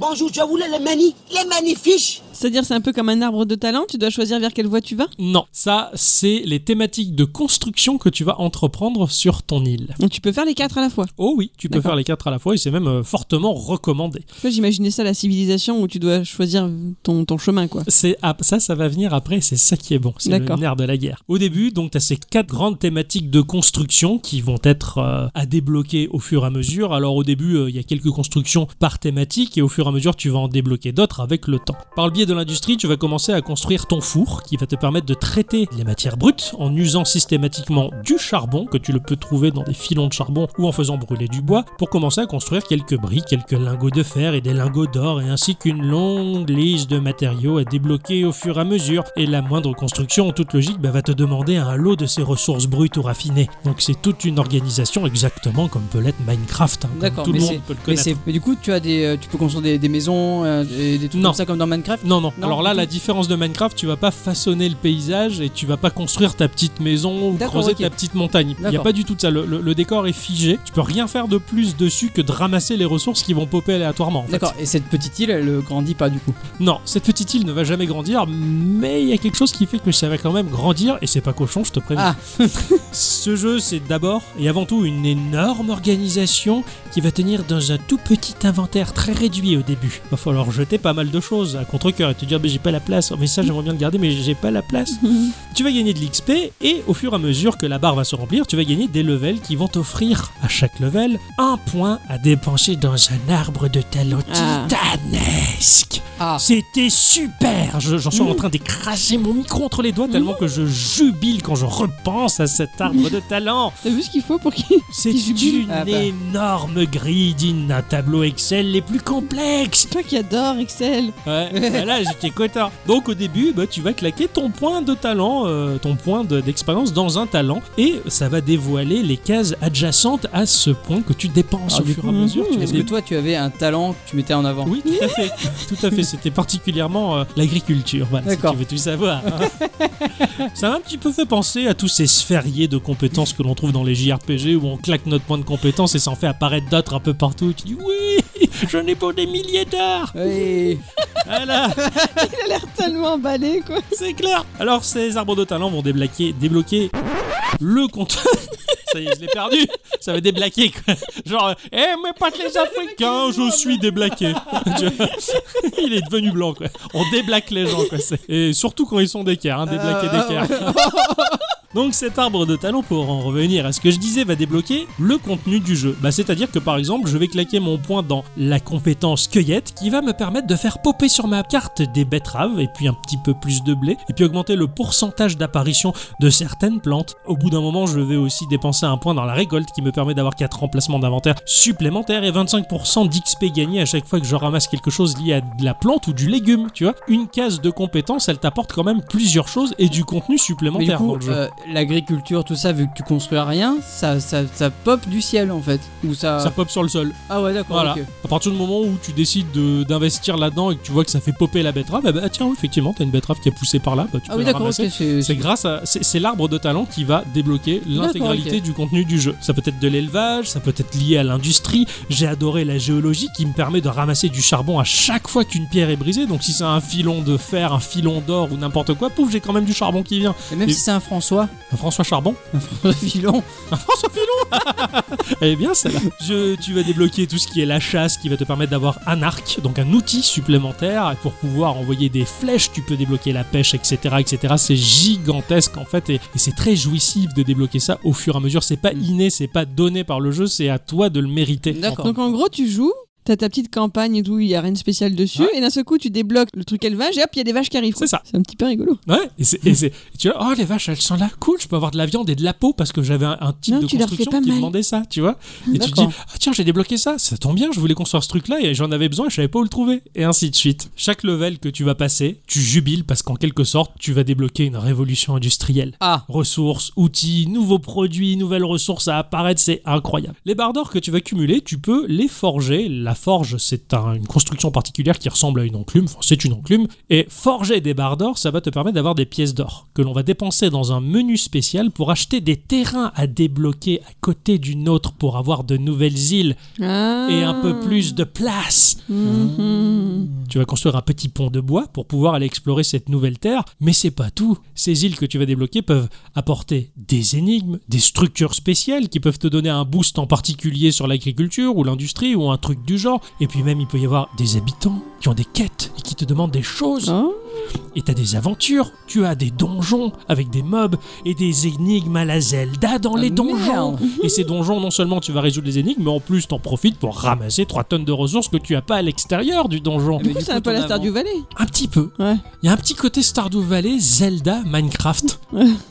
Speaker 5: Bonjour, je voulais les mani, les magnifiques.
Speaker 1: C'est-à-dire, c'est un peu comme un arbre de talent, tu dois choisir vers quelle voie tu vas.
Speaker 3: Non, ça, c'est les thématiques de construction que tu vas entreprendre sur ton île.
Speaker 1: Donc, tu peux faire les quatre à la fois.
Speaker 3: Oh oui, tu peux
Speaker 1: D'accord.
Speaker 3: faire les quatre à la fois et c'est même euh, fortement recommandé.
Speaker 1: Tu vois, j'imaginais ça, la civilisation où tu dois choisir ton, ton chemin, quoi.
Speaker 3: C'est ap- ça, ça va venir après, c'est ça qui est bon, c'est le
Speaker 1: D'accord.
Speaker 3: nerf de la guerre. Au début, donc, tu as ces quatre grandes thématiques de construction qui vont être euh, à débloquer au fur et à mesure. Alors, au début, euh, il y a quelques constructions par thématique et au fur et à mesure, tu vas en débloquer d'autres avec le temps. Par le biais de l'industrie, tu vas commencer à construire ton four qui va te permettre de traiter les matières brutes en usant systématiquement du charbon que tu le peux trouver dans des filons de charbon ou en faisant brûler du bois pour commencer à construire quelques briques, quelques lingots de fer et des lingots d'or et ainsi qu'une longue liste de matériaux à débloquer au fur et à mesure. Et la moindre construction, en toute logique, bah, va te demander un lot de ces ressources brutes ou raffinées. Donc c'est toute une organisation exactement comme peut l'être Minecraft. hein, comme
Speaker 2: D'accord,
Speaker 3: tout
Speaker 2: mais
Speaker 3: le
Speaker 2: c'est.
Speaker 3: monde peut le
Speaker 2: Mais,
Speaker 3: connaître.
Speaker 2: c'est- mais du coup, tu as des, euh, tu peux construire des, des maisons, euh, et des trucs
Speaker 3: Non.
Speaker 2: comme ça comme dans Minecraft.
Speaker 3: Non, non,
Speaker 2: Non,
Speaker 3: Alors là,
Speaker 2: du
Speaker 3: la
Speaker 2: tout.
Speaker 3: différence de Minecraft, tu vas pas façonner le paysage et tu vas pas construire ta petite maison ou
Speaker 2: D'accord,
Speaker 3: creuser
Speaker 2: ok.
Speaker 3: ta petite montagne. Il n'y a
Speaker 2: D'accord.
Speaker 3: pas du tout de ça. Le, le- le décor est figé. Tu peux rien faire de plus dessus que de ramasser les ressources qui vont popper aléatoirement. en fait.
Speaker 2: D'accord. Et cette petite île, elle euh, grandit pas du coup.
Speaker 3: Non, cette petite île ne va jamais grandir, mais il y a quelque chose qui fait que ça va quand même grandir et c'est pas cochon, je te préviens.
Speaker 2: Ah.
Speaker 3: Ce jeu, c'est d'abord et avant tout une énorme organisation qui va tenir dans un tout petit inventaire très réduit au début. Va falloir jeter pas mal de choses à contre-coeur et te dire, mais j'ai pas la place, Oh, mais ça j'aimerais bien le garder, mais j'ai pas la place. tu vas gagner de l'XP et au fur et à mesure que la barre va se remplir, tu vas gagner des levels qui vont t'offrir à chaque level un point à dépenser dans un arbre de talent
Speaker 1: Ah.
Speaker 3: titanesque.
Speaker 2: Ah.
Speaker 3: C'était super Je- J'en suis en train d'écraser mon micro entre les doigts tellement que je jubile quand je repense à cet arbre de talent.
Speaker 1: T'as vu ce qu'il faut pour qu'il.
Speaker 3: C'est
Speaker 1: Qui jubile
Speaker 3: une
Speaker 2: Ah bah.
Speaker 3: énorme grille digne d'un tableau Excel les plus complexes.
Speaker 1: Toi qui adore Excel.
Speaker 3: Ouais, voilà, j'étais content. Donc au début, bah, tu vas claquer ton point de talent, euh, ton point de- d'expérience dans un talent, et ça va dévoiler les cases adjacentes à ce point que tu dépenses
Speaker 2: Ah,
Speaker 3: au
Speaker 2: du
Speaker 3: fur et
Speaker 1: coup,
Speaker 3: à mesure. Tu vas
Speaker 2: Est-ce que
Speaker 3: dé-
Speaker 2: toi, tu avais un talent que tu mettais en avant
Speaker 3: Oui, tout à fait, tout à fait. C'était particulièrement euh, l'agriculture, voilà, si
Speaker 2: D'accord.
Speaker 3: tu veux tout savoir. hein. ça m'a un petit peu fait penser à tous ces sphériés de compétences que l'on trouve dans les JRPG où on claque notre point de compétence et s'en fait apparaître d'autres un peu partout. Tu dis oui, j'en ai pour des milliers d'heures.
Speaker 2: Oui.
Speaker 3: Voilà.
Speaker 1: Il a l'air tellement emballé, quoi.
Speaker 3: C'est clair Alors ces arbres de talent vont déblaquer, débloquer le compte. Ça y est, je l'ai perdu Ça va déblaquer quoi Genre, euh, eh mais pas que les Africains, je suis déblaqué Tu vois Il est devenu blanc quoi. On déblaque les gens quoi. C'est- Et surtout quand ils sont d'équerre, hein, déblaquer
Speaker 2: Euh,
Speaker 3: d'équerre. Donc cet arbre de talent, pour en revenir à ce que je disais, va débloquer le contenu du jeu. Bah, C'est-à-dire que par exemple, je vais claquer mon point dans la compétence cueillette qui va me permettre de faire popper sur ma carte des betteraves et puis un petit peu plus de blé et puis augmenter le pourcentage d'apparition de certaines plantes. Au bout d'un moment, je vais aussi dépenser un point dans la récolte qui me permet d'avoir 4 remplacements d'inventaire supplémentaires et 25% d'XP gagné à chaque fois que je ramasse quelque chose lié à de la plante ou du légume, tu vois. Une case de compétence, elle t'apporte quand même plusieurs choses et du contenu
Speaker 2: Mais du
Speaker 3: supplémentaire dans
Speaker 2: coup,
Speaker 3: le jeu.
Speaker 2: euh, l'agriculture, tout ça, vu que tu construis rien, ça, ça, ça pop du ciel en fait. Ou ça.
Speaker 3: Ça pop sur le sol.
Speaker 2: Ah ouais, d'accord.
Speaker 3: Voilà.
Speaker 2: Euh, ok.
Speaker 3: À partir du moment où tu décides de- d'investir là-dedans et que tu vois que ça fait popper la betterave, ah bah, ah tiens, oui, effectivement, t'as une betterave qui a poussé par là, bah, tu
Speaker 2: Ah
Speaker 3: peux
Speaker 2: oui,
Speaker 3: la
Speaker 2: d'accord. ok,
Speaker 3: ramasser.
Speaker 2: c'est-
Speaker 3: C'est grâce à. C'est c'est l'arbre de talent qui va débloquer l'intégralité
Speaker 2: ok.
Speaker 3: du contenu du jeu. Ça peut être de l'élevage, ça peut être lié à l'industrie. J'ai adoré la géologie qui me permet de ramasser du charbon à chaque fois qu'une pierre est brisée. Donc si c'est un filon de fer, un filon d'or ou n'importe quoi, pouf, j'ai quand même du charbon qui vient.
Speaker 2: Et même
Speaker 3: Et-
Speaker 2: si c'est un François,
Speaker 3: Un François Charbon
Speaker 2: Filon.
Speaker 3: Un François Filon Eh bien, celle-là. Je- Tu vas débloquer tout ce qui est la chasse qui va te permettre d'avoir un arc, donc un outil supplémentaire. Et pour pouvoir envoyer des flèches, tu peux débloquer la pêche, etc. etc. C'est gigantesque en fait. Et, et c'est très jouissif de débloquer ça au fur et à mesure. C'est pas inné, c'est pas donné par le jeu, c'est à toi de le mériter.
Speaker 2: D'accord.
Speaker 1: Donc en gros, tu joues, t'as ta petite campagne et tout, il y a rien de spécial dessus, et d'un seul coup, tu débloques le truc élevage et hop, il y a des vaches qui arrivent. quoi.
Speaker 3: C'est ça.
Speaker 1: C'est un petit peu rigolo.
Speaker 3: Ouais, et, c'est- et c'est- et tu vois, oh les vaches, elles sont là, cool, je peux avoir de la viande et de la peau parce que j'avais un, un type
Speaker 1: Non,
Speaker 3: de
Speaker 1: tu leur fais
Speaker 3: construction
Speaker 1: pas
Speaker 3: qui
Speaker 1: mal.
Speaker 3: demandait ça, tu vois. Et tu te dis,
Speaker 2: D'accord.
Speaker 3: ah tiens, j'ai débloqué ça, ça tombe bien, je voulais construire ce truc-là et j'en avais besoin et je savais pas où le trouver. Et ainsi de suite. Chaque level que tu vas passer, tu jubiles parce qu'en quelque sorte, tu vas débloquer une révolution industrielle.
Speaker 2: Ah,
Speaker 3: Ressources, outils, nouveaux produits, nouvelles ressources à apparaître, c'est incroyable. Les barres d'or que tu vas cumuler, tu peux les forger. La forge, c'est un- une construction particulière qui ressemble à une enclume. Enfin, c'est une enclume. Et forger des barres d'or, ça va te permettre d'avoir des pièces d'or que l'on va dépenser dans un menu spécial pour acheter des terrains à débloquer à côté d'une autre pour avoir de nouvelles îles et un peu
Speaker 1: Ah.
Speaker 3: plus Mm-hmm. de place. Tu vas construire un petit pont de bois pour pouvoir aller explorer cette nouvelle terre, mais c'est pas tout. Ces îles que tu vas débloquer peuvent apporter des énigmes, des structures spéciales qui peuvent te donner un boost en particulier sur l'agriculture ou l'industrie ou un truc du genre. Et puis même, il peut y avoir des habitants qui ont des quêtes et qui te demandent des choses
Speaker 1: Oh.
Speaker 3: et t'as des aventures, tu as des donjons avec des mobs et des énigmes à la Zelda dans
Speaker 2: Ah,
Speaker 3: les donjons.
Speaker 2: merde.
Speaker 3: Et ces donjons, non seulement tu vas résoudre les énigmes, mais en plus t'en profites pour ramasser 3 tonnes de ressources que tu as pas à l'extérieur du donjon.
Speaker 2: Mais
Speaker 1: Du coup,
Speaker 2: du
Speaker 1: c'est
Speaker 2: coup,
Speaker 1: un peu
Speaker 2: ton
Speaker 1: la star
Speaker 2: avant-
Speaker 1: du Valais.
Speaker 3: Un petit peu.
Speaker 1: Ouais.
Speaker 3: Il y a un petit côté Stardew Valley, Zelda, Minecraft.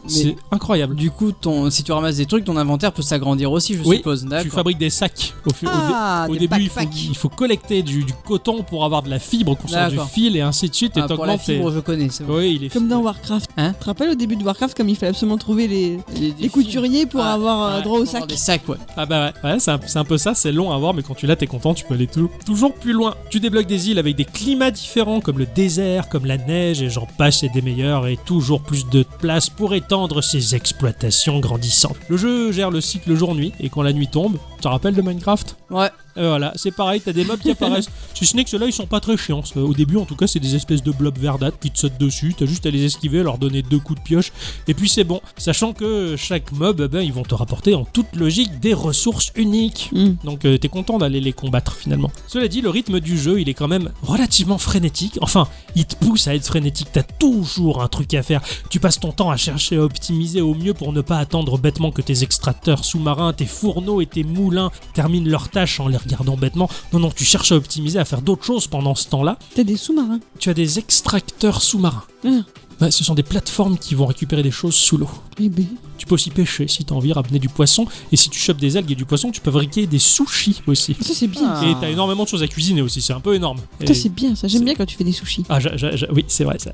Speaker 3: C'est incroyable.
Speaker 2: du coup, ton, si tu ramasses des trucs, ton inventaire peut s'agrandir aussi, je
Speaker 3: Oui,
Speaker 2: suppose.
Speaker 3: Tu
Speaker 2: D'accord.
Speaker 3: fabriques des sacs au, fur- au dé-
Speaker 2: Ah,
Speaker 3: Au
Speaker 2: des
Speaker 3: début, il faut,
Speaker 2: backpacks.
Speaker 3: il faut collecter du, du coton pour avoir de la fibre, qu'on sort du
Speaker 2: D'accord.
Speaker 3: fil et ainsi de suite. et
Speaker 2: Ah, pour la
Speaker 3: t'augmentes tes-
Speaker 2: fibre, je connais. c'est bon.
Speaker 3: Oui, il est
Speaker 1: Comme dans Warcraft.
Speaker 2: Hein
Speaker 1: tu te rappelles au début de Warcraft, comme il fallait absolument trouver les,
Speaker 2: Des- des
Speaker 1: les couturiers pour
Speaker 2: Ah,
Speaker 1: avoir euh,
Speaker 3: ouais,
Speaker 1: droit au
Speaker 2: fibres,
Speaker 1: sac.
Speaker 2: Des sacs, ouais.
Speaker 3: Ah bah ouais, ouais, c'est un, c'est un peu ça, c'est long à voir, mais quand tu l'as, t'es content, tu peux aller tou- toujours plus loin. Tu débloques des îles avec des climats différents, comme le désert, comme la neige, et j'en passe, et des meilleurs, et toujours plus de place pour étendre ces exploitations grandissantes. Le jeu gère le cycle jour-nuit, et quand la nuit tombe, tu te rappelles de Minecraft
Speaker 2: Ouais.
Speaker 3: Euh, voilà, c'est pareil, t'as des mobs qui apparaissent. Si ce n'est que ceux-là, ils sont pas très chiants. Euh, Au début, en tout cas, c'est des espèces de blobs verdâtres qui te sautent dessus. T'as juste à les esquiver, leur donner deux coups de pioche, et puis c'est bon. Sachant que chaque mob, eh ben, ils vont te rapporter en toute logique des ressources uniques.
Speaker 1: Mm.
Speaker 3: Donc euh, t'es content d'aller les combattre finalement. Cela dit, le rythme du jeu, il est quand même relativement frénétique. Enfin, il te pousse à être frénétique. T'as toujours un truc à faire. Tu passes ton temps à chercher à optimiser au mieux pour ne pas attendre bêtement que tes extracteurs sous-marins, tes fourneaux et tes moulins terminent leurs tâches en les regardant bêtement. Non, non, tu cherches à optimiser, à faire d'autres choses pendant ce temps-là.
Speaker 1: T'as des sous-marins.
Speaker 3: Tu as des extracteurs sous-marins.
Speaker 1: Ah.
Speaker 3: Bah, ce sont des plateformes qui vont récupérer des choses sous l'eau.
Speaker 1: Eh ben,
Speaker 3: Tu peux aussi pêcher si t'as envie, ramener du poisson. Et si tu chopes des algues et du poisson, tu peux fabriquer des sushis aussi.
Speaker 1: Ça, c'est bien.
Speaker 2: Ah.
Speaker 3: Et t'as énormément de choses à cuisiner aussi, c'est un peu énorme.
Speaker 1: Ça,
Speaker 3: Et-
Speaker 1: c'est bien, ça. J'aime
Speaker 3: c'est-
Speaker 1: bien quand tu fais des sushis.
Speaker 3: Ah, j'a- j'a- j'a- oui, c'est vrai ça.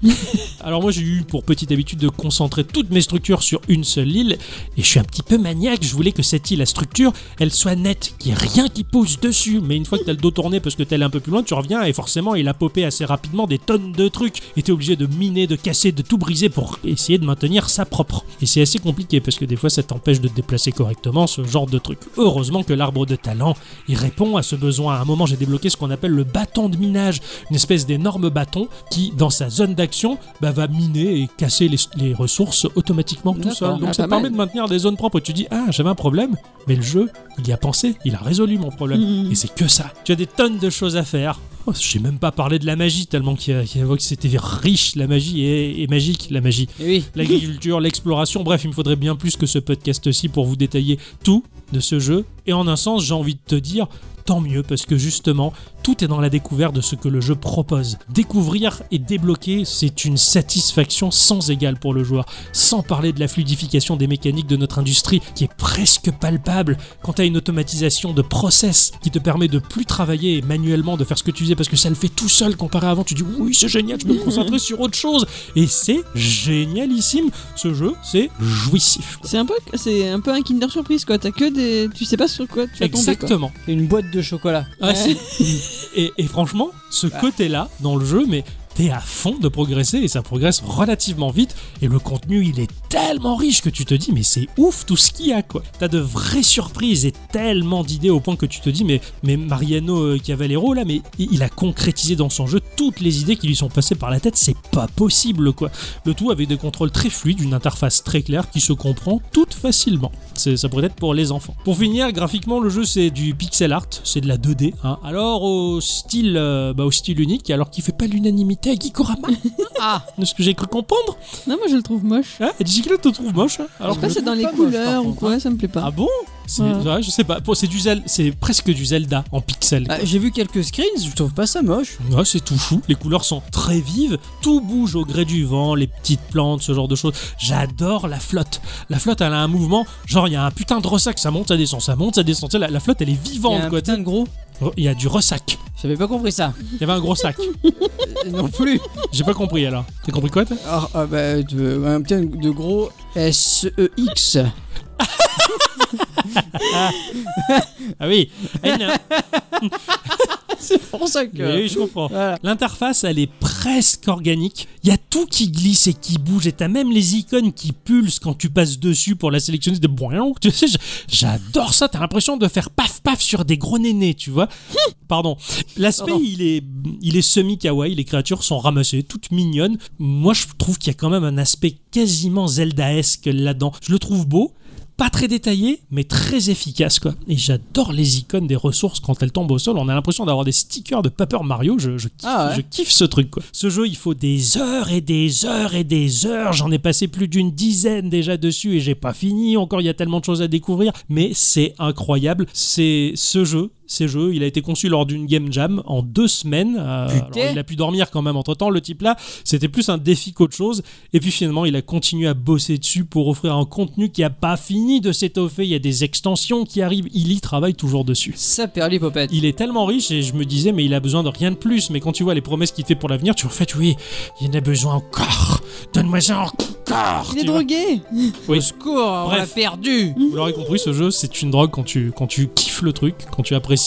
Speaker 3: Alors moi j'ai eu pour petite habitude de concentrer toutes mes structures sur une seule île, et je suis un petit peu maniaque, je voulais que cette île, la structure, elle soit nette, qu'il n'y ait rien qui pousse dessus, mais une fois que t'as le dos tourné parce que t'es allé un peu plus loin, tu reviens et forcément il a popé assez rapidement des tonnes de trucs, et t'es obligé de miner, de casser, de tout briser pour essayer de maintenir ça propre. Et c'est assez compliqué parce que des fois ça t'empêche de te déplacer correctement, ce genre de truc. Heureusement que l'arbre de talent, il répond à ce besoin. À un moment j'ai débloqué ce qu'on appelle le bâton de minage, une espèce d'énorme bâton qui, dans sa zone d'action, bah, va miner et casser les, les ressources automatiquement tout
Speaker 2: D'accord.
Speaker 3: seul. Donc
Speaker 1: Ah,
Speaker 3: ça
Speaker 1: pas
Speaker 3: te permet
Speaker 1: mal.
Speaker 3: de maintenir des zones propres. Tu dis, ah, j'avais un problème, mais le jeu, il y a pensé, il a résolu mon problème.
Speaker 1: Mhm.
Speaker 3: Et c'est que ça. Tu as des tonnes de choses à faire. Oh, J'ai même pas parlé de la magie, tellement qu'il y a- qu'il y a- que c'était riche, la magie, et- et magique, la magie
Speaker 2: Et oui.
Speaker 3: l'agriculture, l'exploration, bref, il me faudrait bien plus que ce podcast-ci pour vous détailler tout de ce jeu. Et en un sens, j'ai envie de te dire, tant mieux, parce que justement, tout est dans la découverte de ce que le jeu propose. Découvrir et débloquer, c'est une satisfaction sans égale pour le joueur. Sans parler de la fluidification des mécaniques de notre industrie, qui est presque palpable quand tu une automatisation de process qui te permet de plus travailler manuellement, de faire ce que tu faisais, parce que ça le fait tout seul comparé à avant. Tu dis, oui, c'est génial, je peux me concentrer sur autre chose. Et c'est génialissime. Ce jeu, c'est jouissif. quoi.
Speaker 1: C'est un peu, c'est un peu un Kinder Surprise, quoi. T'as que des, tu sais pas sur quoi tu vas tomber, quoi.
Speaker 3: Exactement.
Speaker 2: Une boîte de chocolat.
Speaker 3: Ah, si. et, et franchement, ce côté-là dans le jeu, mais t'es à fond de progresser et ça progresse relativement vite. Et le contenu, il est tellement riche que tu te dis, mais c'est ouf tout ce qu'il y a, quoi. T'as de vraies surprises et tellement d'idées au point que tu te dis, mais, mais Mariano euh, Cavallero, là, mais i- il a concrétisé dans son jeu toutes les idées qui lui sont passées par la tête, c'est pas possible, quoi. Le tout avec des contrôles très fluides, une interface très claire qui se comprend toute facilement. C'est- Ça pourrait être pour les enfants. Pour finir, graphiquement, le jeu c'est du pixel art, c'est de la 2D. hein. Alors au style, euh, bah, au style unique, alors qu'il fait pas l'unanimité à Gikorama. ah, de ce que j'ai cru comprendre.
Speaker 1: Non, moi je le trouve moche.
Speaker 3: Hein Et Digital te trouve moche. hein
Speaker 1: Je
Speaker 3: alors
Speaker 1: sais pas,
Speaker 3: que
Speaker 1: c'est
Speaker 3: je
Speaker 1: dans
Speaker 3: le
Speaker 1: les
Speaker 3: trouve pas moche,
Speaker 1: couleurs
Speaker 3: par
Speaker 1: ou
Speaker 3: contre,
Speaker 1: quoi,
Speaker 3: hein.
Speaker 1: ça me plaît pas.
Speaker 3: Ah bon C'est-
Speaker 1: Ouais.
Speaker 3: ouais, je sais pas. Bon, c'est du Zel- c'est presque du Zelda en pixel.
Speaker 2: Ah, J'ai vu quelques screens, je trouve pas ça moche.
Speaker 3: Ouais, c'est tout fou. Les couleurs sont très vives. Tout bouge au gré du vent, les petites plantes, ce genre de choses. J'adore la flotte. La flotte, elle a un mouvement. Genre, il y a un putain de ressac. Ça monte, ça descend, ça monte, ça descend. Tu sais, La, la flotte, elle est
Speaker 2: Il y a
Speaker 3: vivante,
Speaker 2: un
Speaker 3: quoi.
Speaker 2: putain de gros.
Speaker 3: Oh, Il y a du ressac.
Speaker 2: J'avais pas compris ça.
Speaker 3: Il y avait un gros sac.
Speaker 2: Euh, non plus.
Speaker 3: J'ai pas compris alors. T'as compris quoi, toi
Speaker 2: Ah, ah, bah, de- un putain de gros E S-E-X.
Speaker 3: Ah oui. Eh, non.
Speaker 2: C'est pour ça que.
Speaker 3: Oui, je comprends.
Speaker 2: Voilà.
Speaker 3: L'interface, elle est presque organique. Il y a tout qui glisse et qui bouge. Et t'as même les icônes qui pulsent quand tu passes dessus pour la sélectionner de boing. Tu sais, j- j'adore ça. T'as l'impression de faire paf paf sur des gros nénés, tu vois. Pardon. L'aspect,
Speaker 2: Pardon.
Speaker 3: il est, il est semi-kawaii. Les créatures sont ramassées, toutes mignonnes. Moi, je trouve qu'il y a quand même un aspect quasiment Zelda-esque là-dedans. Je le trouve beau. Pas très détaillé, mais très efficace, quoi. Et j'adore les icônes des ressources quand elles tombent au sol. On a l'impression d'avoir des stickers de Paper Mario. Je, je kiffe,
Speaker 2: Ah ouais.
Speaker 3: je kiffe ce truc, quoi. Ce jeu, il faut des heures et des heures et des heures. J'en ai passé plus d'une dizaine déjà dessus et j'ai pas fini. Encore, il y a tellement de choses à découvrir. Mais c'est incroyable. C'est ce jeu. Ces jeux, il a été conçu lors d'une game jam en deux semaines. Euh,
Speaker 2: Putain.
Speaker 3: alors, il a pu dormir quand même entre temps. Le type là, c'était plus un défi qu'autre chose. Et puis finalement, il a continué à bosser dessus pour offrir un contenu qui a pas fini de s'étoffer. Il y a des extensions qui arrivent. Il y travaille toujours dessus.
Speaker 2: Ça perd les popettes.
Speaker 3: Il est tellement riche et je me disais, mais il a besoin de rien de plus. Mais quand tu vois les promesses qu'il te fait pour l'avenir, tu en fait, oui, il en a besoin encore. Donne-moi ça encore.
Speaker 1: Il est
Speaker 3: Ah, tu vois.
Speaker 1: drogué
Speaker 3: Oui.
Speaker 2: Au secours, on
Speaker 3: Bref.
Speaker 2: l'a perdu.
Speaker 3: Vous l'aurez compris, ce jeu, c'est une drogue quand tu, quand tu kiffes le truc, quand tu apprécies.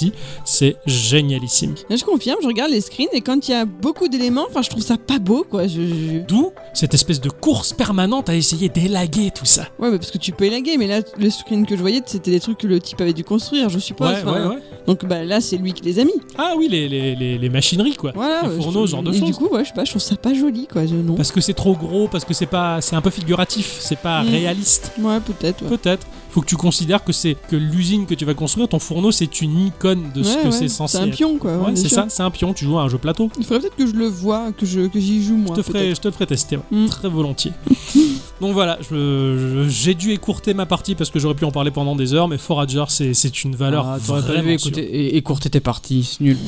Speaker 3: C'est génialissime.
Speaker 1: Je confirme, je regarde les screens et quand il y a beaucoup d'éléments, enfin je trouve ça pas beau quoi. Je, je-
Speaker 3: D'où cette espèce de course permanente à essayer d'élaguer tout ça.
Speaker 1: Ouais, mais parce que tu peux élaguer, mais là le screen que je voyais c'était des trucs que le type avait dû construire, je suppose. enfin. Donc bah là c'est lui qui les a mis.
Speaker 3: Ah oui, les, les, les, les machineries, quoi.
Speaker 1: Voilà.
Speaker 3: les
Speaker 1: ouais,
Speaker 3: fourneaux,
Speaker 1: je-
Speaker 3: ce genre de
Speaker 1: et
Speaker 3: choses.
Speaker 1: du coup, ouais, je sais pas, je trouve ça pas joli quoi. Je, non.
Speaker 3: Parce que c'est trop gros, parce que c'est pas, c'est un peu figuratif, c'est pas
Speaker 1: Mm.
Speaker 3: réaliste.
Speaker 1: Ouais, peut-être. ouais.
Speaker 3: Peut-être. Faut que tu considères que c'est que l'usine que tu vas construire, ton fourneau, c'est une icône de ce
Speaker 1: Ouais,
Speaker 3: que
Speaker 1: ouais,
Speaker 3: c'est censé.
Speaker 1: un
Speaker 3: être.
Speaker 1: pion quoi. ouais,
Speaker 3: Ouais,
Speaker 1: bien
Speaker 3: c'est
Speaker 1: sûr.
Speaker 3: ça, c'est un pion. Tu joues à un jeu plateau.
Speaker 1: Il faudrait peut-être que je le vois, que je que j'y joue moi.
Speaker 3: Je te ferai,
Speaker 1: peut-être.
Speaker 3: je te le ferai tester, ouais.
Speaker 1: Mm.
Speaker 3: très volontiers. Donc voilà, je- je- j'ai dû écourter ma partie parce que j'aurais pu en parler pendant des heures, mais Forager, c'est c'est une valeur
Speaker 2: Ah, t'aurais
Speaker 3: vraiment
Speaker 2: dû
Speaker 3: sûre.
Speaker 2: écouter- é- écourter tes parties, c'est nul.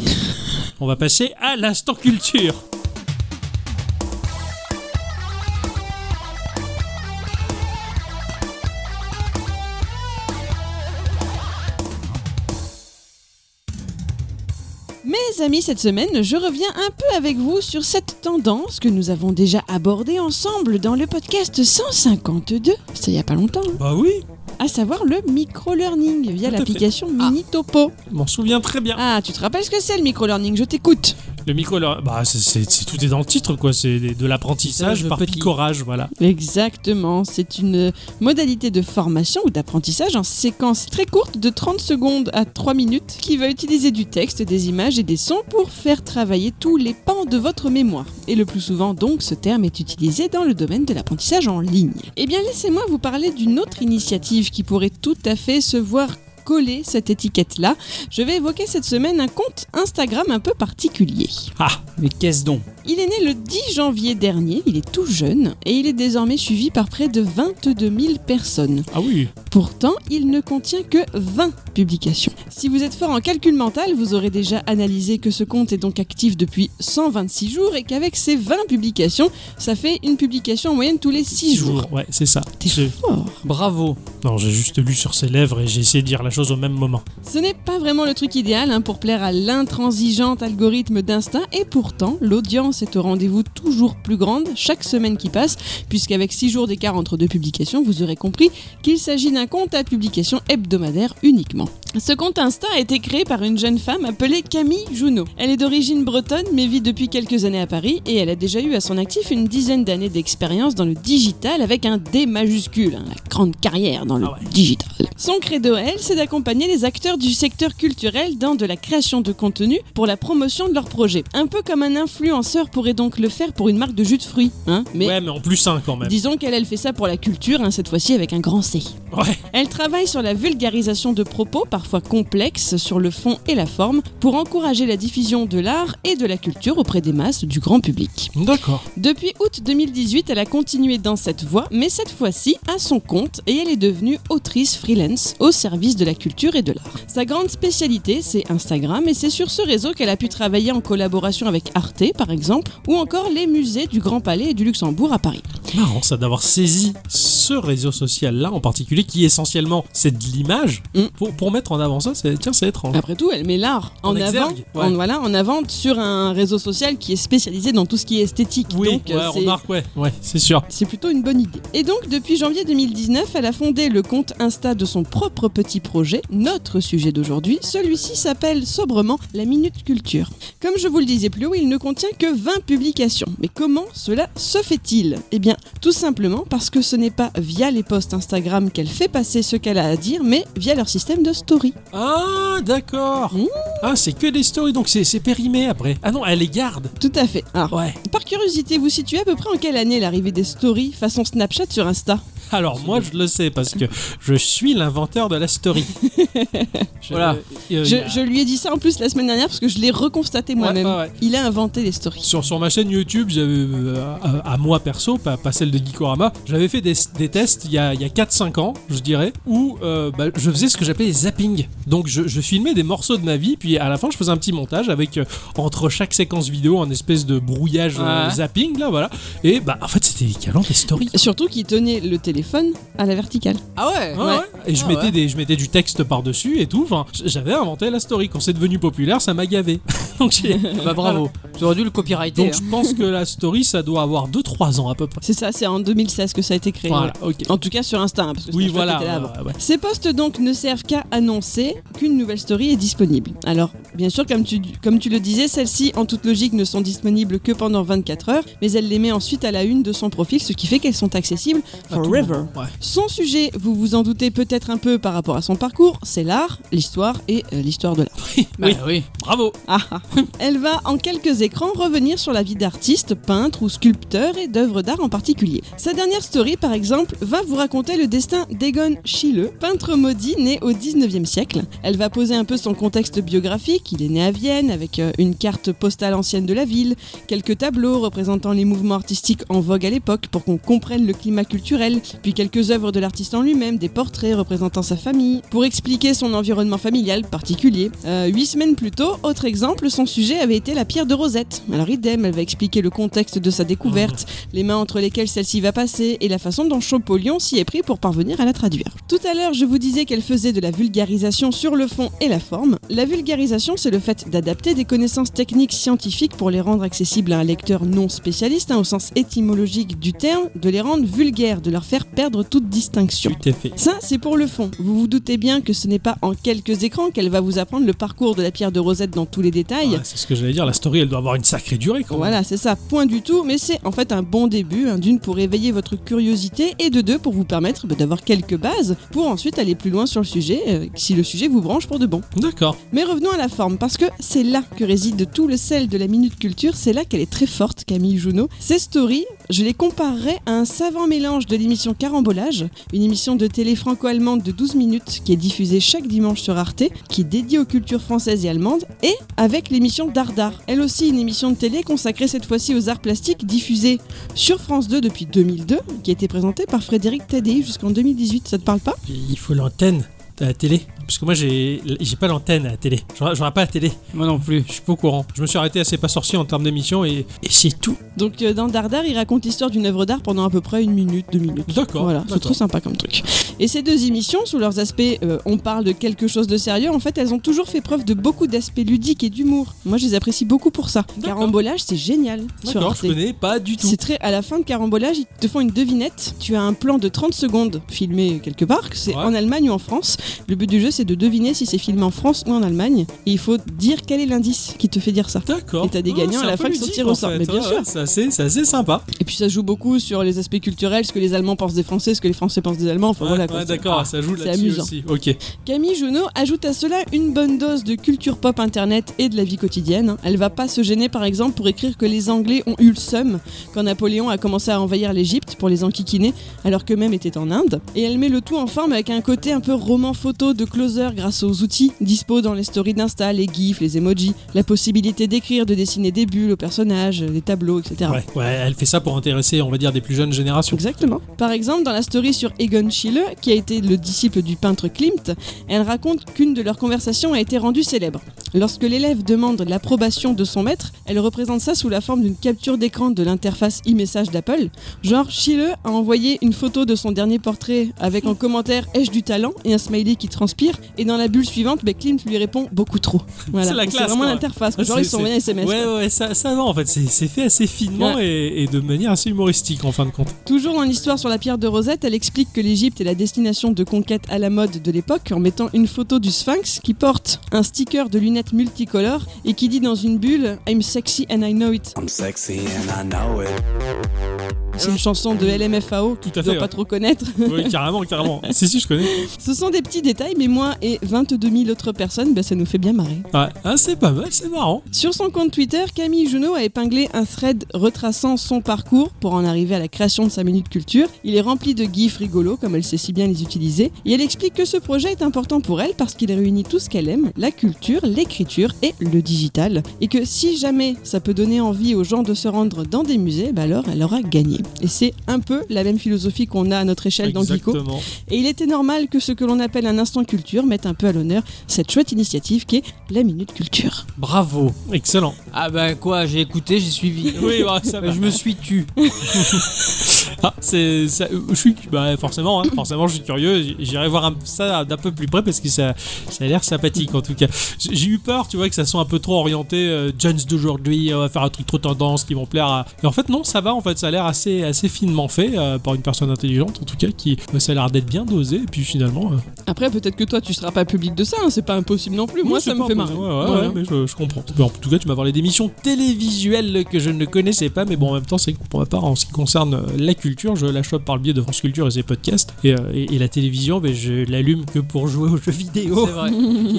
Speaker 3: On va passer à l'instant culture.
Speaker 1: Mes amis, cette semaine, je reviens un peu avec vous sur cette tendance que nous avons déjà abordée ensemble dans le podcast 152. C'était il y a pas longtemps. hein.
Speaker 3: Bah oui,
Speaker 1: À savoir le micro-learning via
Speaker 3: Tout à fait. Ah.
Speaker 1: l'application Minitopo.
Speaker 3: je m'en souviens très bien.
Speaker 1: Ah, tu te rappelles ce que c'est le micro-learning Je t'écoute.
Speaker 3: Le micro, là, bah c'est- c'est c'est- tout est dans le titre quoi, c'est de de l'apprentissage
Speaker 2: Apprentissage
Speaker 3: par
Speaker 2: petit.
Speaker 3: picorage, voilà.
Speaker 1: Exactement, c'est une modalité de formation ou d'apprentissage en séquence très courte de 30 secondes à 3 minutes qui va utiliser du texte, des images et des sons pour faire travailler tous les pans de votre mémoire. Et le plus souvent donc ce terme est utilisé dans le domaine de l'apprentissage en ligne. Eh bien laissez-moi vous parler d'une autre initiative qui pourrait tout à fait se voir coller cette étiquette-là. Je vais évoquer cette semaine un compte Instagram un peu particulier.
Speaker 3: Ah,
Speaker 2: Mais qu'est-ce donc
Speaker 1: Il est né le 10 janvier dernier, il est tout jeune et il est désormais suivi par près de 22 000 personnes.
Speaker 3: ah oui,
Speaker 1: Pourtant, il ne contient que 20 publications. Si vous êtes fort en calcul mental, vous aurez déjà analysé que ce compte est donc actif depuis 126 jours et qu'avec ces 20 publications, ça fait une publication en moyenne tous les 6 jours.
Speaker 3: ouais c'est ça.
Speaker 1: T'es
Speaker 3: Je-
Speaker 1: fort
Speaker 2: Bravo.
Speaker 3: Non, j'ai juste lu sur ses lèvres et j'ai essayé de dire la chose au même moment.
Speaker 1: Ce n'est pas vraiment le truc idéal hein, pour plaire à l'intransigeant algorithme d'instinct et pourtant l'audience l'audience est au rendez-vous toujours plus grande chaque semaine qui passe, puisqu'avec 6 jours d'écart entre deux publications, vous aurez compris qu'il s'agit d'un compte à publication hebdomadaire uniquement. Ce compte Insta a été créé par une jeune femme appelée Camille Junot. Elle est d'origine bretonne mais vit depuis quelques années à Paris et elle a déjà eu à son actif une dizaine d'années d'expérience dans le digital avec un D majuscule, hein, la grande carrière dans le
Speaker 3: Ah ouais.
Speaker 1: digital. Son credo, elle, c'est d'accompagner les acteurs du secteur culturel dans de la création de contenu pour la promotion de leurs projets. Un peu comme un influenceur pourrait donc le faire pour une marque de jus de fruits, hein, mais
Speaker 3: Ouais, mais en plus un quand même.
Speaker 1: disons qu'elle, elle fait ça pour la culture, hein, cette fois-ci avec un grand C.
Speaker 3: Ouais.
Speaker 1: Elle travaille sur la vulgarisation de propos parfois complexes sur le fond et la forme pour encourager la diffusion de l'art et de la culture auprès des masses du grand public.
Speaker 3: D'accord.
Speaker 1: Depuis août 2018, elle a continué dans cette voie, mais cette fois-ci à son compte et elle est devenue autrice freelance au service de la culture et de l'art. Sa grande spécialité, c'est Instagram et c'est sur ce réseau qu'elle a pu travailler en collaboration avec Arte par exemple ou encore les musées du Grand Palais et du Luxembourg à Paris.
Speaker 3: Marrant ça d'avoir saisi ce réseau social là en particulier qui essentiellement c'est de l'image
Speaker 1: Mm.
Speaker 3: pour, pour mettre en avant ça. C'est tiens c'est étrange.
Speaker 1: Après tout, elle met l'art en,
Speaker 3: En
Speaker 1: avant,
Speaker 3: exergue, ouais.
Speaker 1: en, voilà, en avant sur un réseau social qui est spécialisé dans tout ce qui est esthétique.
Speaker 3: Oui,
Speaker 1: donc euh,
Speaker 3: ouais,
Speaker 1: c'est-
Speaker 3: remarque, ouais, ouais, c'est sûr.
Speaker 1: c'est plutôt une bonne idée. Et donc, depuis janvier 2019, elle a fondé le compte Insta de son propre petit projet, notre sujet d'aujourd'hui. Celui-ci s'appelle sobrement la Minute Culture. Comme je vous le disais plus haut, il ne contient que 20 publications. Mais comment cela se fait-il Eh bien, tout simplement parce que ce n'est pas via les posts Instagram qu'elle fait passer ce qu'elle a à dire, mais via leur système de story.
Speaker 3: Ah, d'accord.
Speaker 1: Mm.
Speaker 3: Ah, c'est que des stories, donc c'est c'est périmé après. Ah non, elle les garde.
Speaker 1: Tout à fait. Alors,
Speaker 3: Ouais.
Speaker 1: Par curiosité, vous situez à peu près en quelle année l'arrivée des stories façon Snapchat sur Insta
Speaker 3: Alors moi, je le sais parce que je suis l'inventeur de la story. Je-
Speaker 2: Voilà.
Speaker 3: euh,
Speaker 1: je,
Speaker 3: il y a-
Speaker 1: je lui ai dit ça en plus la semaine dernière parce que je l'ai reconstaté moi-même.
Speaker 3: ouais, ouais.
Speaker 1: Il a inventé les stories.
Speaker 3: Sur, sur ma chaîne YouTube, j'avais, euh, à, à moi perso, pas, pas celle de Geekorama, j'avais fait des, des tests il y a, il y a 4-5 ans, je dirais, où euh, bah, je faisais ce que j'appelais les zappings. Donc je, je filmais des morceaux de ma vie, puis à la fin je faisais un petit montage avec euh, entre chaque séquence vidéo un espèce de brouillage euh,
Speaker 2: Ouais.
Speaker 3: zapping, là voilà. Et bah en fait c'était l'équivalent des stories.
Speaker 1: Surtout qu'il tenait le téléphone à la verticale.
Speaker 2: Ah ouais,
Speaker 3: Ouais, ouais. Et je,
Speaker 2: Ah
Speaker 3: mettais
Speaker 2: ouais.
Speaker 3: Des, je mettais du texte par-dessus et tout. Enfin, j'avais inventé la story. Quand c'est devenu populaire, ça m'a gavé. Donc, j'ai-
Speaker 2: Ah Bah bravo, j'aurais dû le copyrighter.
Speaker 3: Donc
Speaker 2: hein.
Speaker 3: je pense que la story, ça doit avoir 2-3 ans à peu près.
Speaker 1: C'est ça, c'est en 2016 que ça a été créé.
Speaker 3: Voilà, ok.
Speaker 1: En tout cas sur Insta, hein, parce que
Speaker 3: Oui,
Speaker 1: Snapchat
Speaker 3: voilà.
Speaker 1: était là avant.
Speaker 3: ouais, ouais.
Speaker 1: Ces posts donc ne servent qu'à annoncer qu'une nouvelle story est disponible. Alors, bien sûr, comme tu, comme tu le disais, celles-ci, en toute logique, ne sont disponibles que pendant 24 heures, mais elle les met ensuite à la une de son profil, ce qui fait qu'elles sont accessibles
Speaker 3: À tout le
Speaker 1: forever.
Speaker 3: monde, ouais.
Speaker 1: Son sujet, vous vous en doutez peut-être un peu par rapport à son parcours, c'est l'art, l'histoire et euh, l'histoire de l'art.
Speaker 2: Bah
Speaker 3: Oui.
Speaker 2: oui.
Speaker 3: Bravo.
Speaker 1: Ah, ah. Elle va en quelques écrans revenir sur la vie d'artistes, peintres ou sculpteurs et d'œuvres d'art en particulier. Sa dernière story, par exemple, va vous raconter le destin d'Egon Schiele, peintre maudit né au 19e siècle. Elle va poser un peu son contexte biographique, il est né à Vienne avec euh, une carte postale ancienne de la ville, quelques tableaux représentant les mouvements artistiques en vogue à l'époque pour qu'on comprenne le climat culturel, puis quelques œuvres de l'artiste en lui-même, des portraits représentant sa famille, pour expliquer son environnement familial particulier. Euh, huit semaines plus tôt, autre exemple, son sujet avait été la pierre de Rosette. Alors idem, elle va expliquer le contexte de sa découverte, les mains entre lesquelles celle-ci va passer et la façon dont Champollion s'y est pris pour parvenir à la traduire. Tout à l'heure, je vous disais qu'elle faisait de la vulgarisation sur le fond et la forme. La vulgarisation, c'est le fait d'adapter des connaissances techniques scientifiques pour les rendre accessibles à un lecteur non spécialiste, hein, au sens étymologique du terme, de les rendre vulgaires, de leur faire perdre toute distinction.
Speaker 3: Tout à fait.
Speaker 1: Ça, c'est pour le fond. Vous vous doutez bien que ce n'est pas en quelques écrans qu'elle va vous apprendre le parcours de la pierre de Rosette dans tous les détails.
Speaker 3: Ouais, c'est ce que j'allais dire. La story, elle doit avoir une sacrée durée quand même.
Speaker 1: Voilà, c'est ça, point du tout, mais c'est en fait un bon début, hein, d'une pour éveiller votre curiosité et de deux pour vous permettre bah, d'avoir quelques bases pour ensuite aller plus loin sur le sujet, euh, si le sujet vous branche pour de bon.
Speaker 3: D'accord.
Speaker 1: Mais revenons à la forme, parce que c'est là que réside tout le sel de la Minute Culture, c'est là qu'elle est très forte, Camille Junot. Ces stories, je les comparerais à un savant mélange de l'émission Carambolage, une émission de télé franco-allemande de 12 minutes qui est diffusée chaque dimanche sur Arte, qui est dédiée aux cultures françaises et allemandes, et avec l'émission Dardar, elle aussi une émission de télé consacrée cette fois-ci aux arts plastiques diffusée sur France 2 depuis 2002, qui a été présentée par Frédéric Tadei jusqu'en 2018, ça te parle pas
Speaker 3: Il faut l'antenne. à la télé. Parce que moi, j'ai j'ai pas l'antenne à la télé. J'en j'en ai pas à la télé.
Speaker 2: Moi non plus.
Speaker 3: Je suis pas au courant. Je me suis arrêté à C'est pas sorcier en termes d'émission et, et c'est tout.
Speaker 1: Donc euh, dans Dardar, il raconte l'histoire d'une œuvre d'art pendant à peu près une minute, deux minutes.
Speaker 3: D'accord.
Speaker 1: Voilà, c'est
Speaker 3: d'accord.
Speaker 1: trop sympa comme truc. Et ces deux émissions, sous leurs aspects, euh, on parle de quelque chose de sérieux, en fait, elles ont toujours fait preuve de beaucoup d'aspects ludiques et d'humour. Moi, je les apprécie beaucoup pour ça.
Speaker 3: D'accord.
Speaker 1: Carambolage, c'est génial. sur
Speaker 3: D'accord,
Speaker 1: Arte.
Speaker 3: je connais pas du tout.
Speaker 1: C'est très à la fin de Carambolage, ils te font une devinette. Tu as un plan de 30 secondes filmé quelque part, que c'est
Speaker 3: Ouais.
Speaker 1: en Allemagne ou en France. Le but du jeu, c'est de deviner si c'est filmé en France ou en Allemagne. Et il faut dire quel est l'indice qui te fait dire ça.
Speaker 3: D'accord. Ah,
Speaker 1: Et t'as des gagnants
Speaker 3: c'est
Speaker 1: à la
Speaker 3: un
Speaker 1: fin
Speaker 3: peu
Speaker 1: qui sont
Speaker 3: ludique,
Speaker 1: tirés au
Speaker 3: en
Speaker 1: sort,
Speaker 3: fait.
Speaker 1: mais bien
Speaker 3: Ouais,
Speaker 1: sûr.
Speaker 3: ouais, C'est assez, c'est assez sympa.
Speaker 1: Et puis ça se joue beaucoup sur les aspects culturels, ce que les Allemands pensent des Français, ce que les Français pensent des Allemands. Enfin
Speaker 3: Ouais,
Speaker 1: voilà
Speaker 3: ouais,
Speaker 1: quoi. C'est-
Speaker 3: d'accord,
Speaker 1: Ah.
Speaker 3: ça joue
Speaker 1: c'est
Speaker 3: là-dessus
Speaker 1: amusant.
Speaker 3: aussi. Ok.
Speaker 1: Camille Junot ajoute à cela une bonne dose de culture pop internet et de la vie quotidienne. Elle va pas se gêner par exemple pour écrire que les Anglais ont eu le seum quand Napoléon a commencé à envahir l'Égypte pour les enquiquiner alors qu'eux-mêmes étaient en Inde. Et elle met le tout en forme avec un côté un peu roman photo de closer grâce aux outils dispo dans les stories d'Insta, les gifs, les emojis, la possibilité d'écrire, de dessiner des bulles aux personnages, des tableaux, etc.
Speaker 3: Ouais, ouais, elle fait ça pour intéresser, on va dire, des plus jeunes générations.
Speaker 1: Exactement. Par exemple, dans la story sur Egon Schiele, qui a été le disciple du peintre Klimt, elle raconte qu'une de leurs conversations a été rendue célèbre. Lorsque l'élève demande l'approbation de son maître, elle représente ça sous la forme d'une capture d'écran de l'interface e-message d'Apple. Genre, Schiele a envoyé une photo de son dernier portrait avec en commentaire Ai-je du talent et un smiley qui transpire. Et dans la bulle suivante, ben, Klimt lui répond Beaucoup trop. Voilà.
Speaker 3: C'est la classe,
Speaker 1: vraiment
Speaker 3: quoi.
Speaker 1: l'interface.
Speaker 3: Ouais,
Speaker 1: Genre,
Speaker 3: c'est-
Speaker 1: ils sont envoyés un SMS.
Speaker 3: Ouais, ouais, ça, ça va en fait, c'est c'est fait assez finement et, et de manière assez humoristique en fin de compte.
Speaker 1: Toujours dans l'histoire sur la pierre de Rosette, elle explique que l'Égypte est la destination de conquête à la mode de l'époque en mettant une photo du sphinx qui porte un sticker de lunettes multicolores et qui dit dans une bulle I'm sexy and I know it.
Speaker 6: I'm sexy and I know it.
Speaker 1: C'est une chanson de LMFAO
Speaker 3: Tout
Speaker 1: qui
Speaker 3: à
Speaker 1: ne dois
Speaker 3: fait, hein. ouais.
Speaker 1: pas trop connaître.
Speaker 3: Oui, carrément, carrément. si, si, je connais.
Speaker 1: Ce sont des petits détails, mais moi et 22 000 autres personnes, bah, ça nous fait bien marrer.
Speaker 3: Ouais. Ah, c'est pas mal, c'est marrant.
Speaker 1: Sur son compte Twitter, Camille Junot a épinglé un thread retraçant son parcours pour en arriver à la création de sa minute culture. Il est rempli de gifs rigolos, comme elle sait si bien les utiliser, et elle explique que ce projet est important pour elle parce qu'il réunit tout ce qu'elle aime, la culture, l'écriture et le digital, et que si jamais ça peut donner envie aux gens de se rendre dans des musées, bah alors elle aura gagné. Et c'est un peu la même philosophie qu'on a à notre échelle dans Geeko.
Speaker 3: Exactement.
Speaker 1: Et il était normal que ce que l'on appelle un instant culture mette un peu à l'honneur cette chouette initiative qui est la minute culture.
Speaker 2: Bravo.
Speaker 3: Excellent.
Speaker 2: Ah bah quoi, j'ai écouté, j'ai suivi.
Speaker 3: Oui, bah, Oh. ça va.
Speaker 2: Bah, je me suis tu.
Speaker 3: Ah, c'est, ça- je suis, bah, forcément, hein, forcément, je suis curieux. J'irai voir un- ça d'un peu plus près parce que ça, ça a l'air sympathique en tout cas. J'ai j'ai eu peur, tu vois, que ça soit un peu trop orienté. euh, Jones d'aujourd'hui, euh, on va faire un truc trop tendance qui vont plaire. À... Mais en fait, non, ça va. En fait, ça a l'air assez, assez finement fait euh, par une personne intelligente, en tout cas, qui bah, ça a l'air d'être bien dosé. Et puis finalement, euh,
Speaker 1: Après, peut-être que toi, tu seras pas public de ça, hein, c'est pas impossible non plus.
Speaker 3: oui,
Speaker 1: Moi,
Speaker 3: c'est
Speaker 1: ça me
Speaker 3: pas
Speaker 1: fait marrer.
Speaker 3: imposé. Ouais, ouais,
Speaker 1: Voilà.
Speaker 3: ouais, mais je, je comprends. Bah, en tout cas, tu m'as parlé d'émissions télévisuelles que je ne connaissais pas, mais bon, en même temps, c'est que pour ma part, en ce qui concerne euh, la culture, je la chope par le biais de France Culture et ses podcasts. Et, euh, et- et la télévision, mais je l'allume que pour jouer aux jeux vidéo.
Speaker 2: C'est vrai.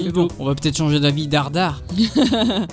Speaker 2: Mais bon, on va peut-être changer d'avis dardard.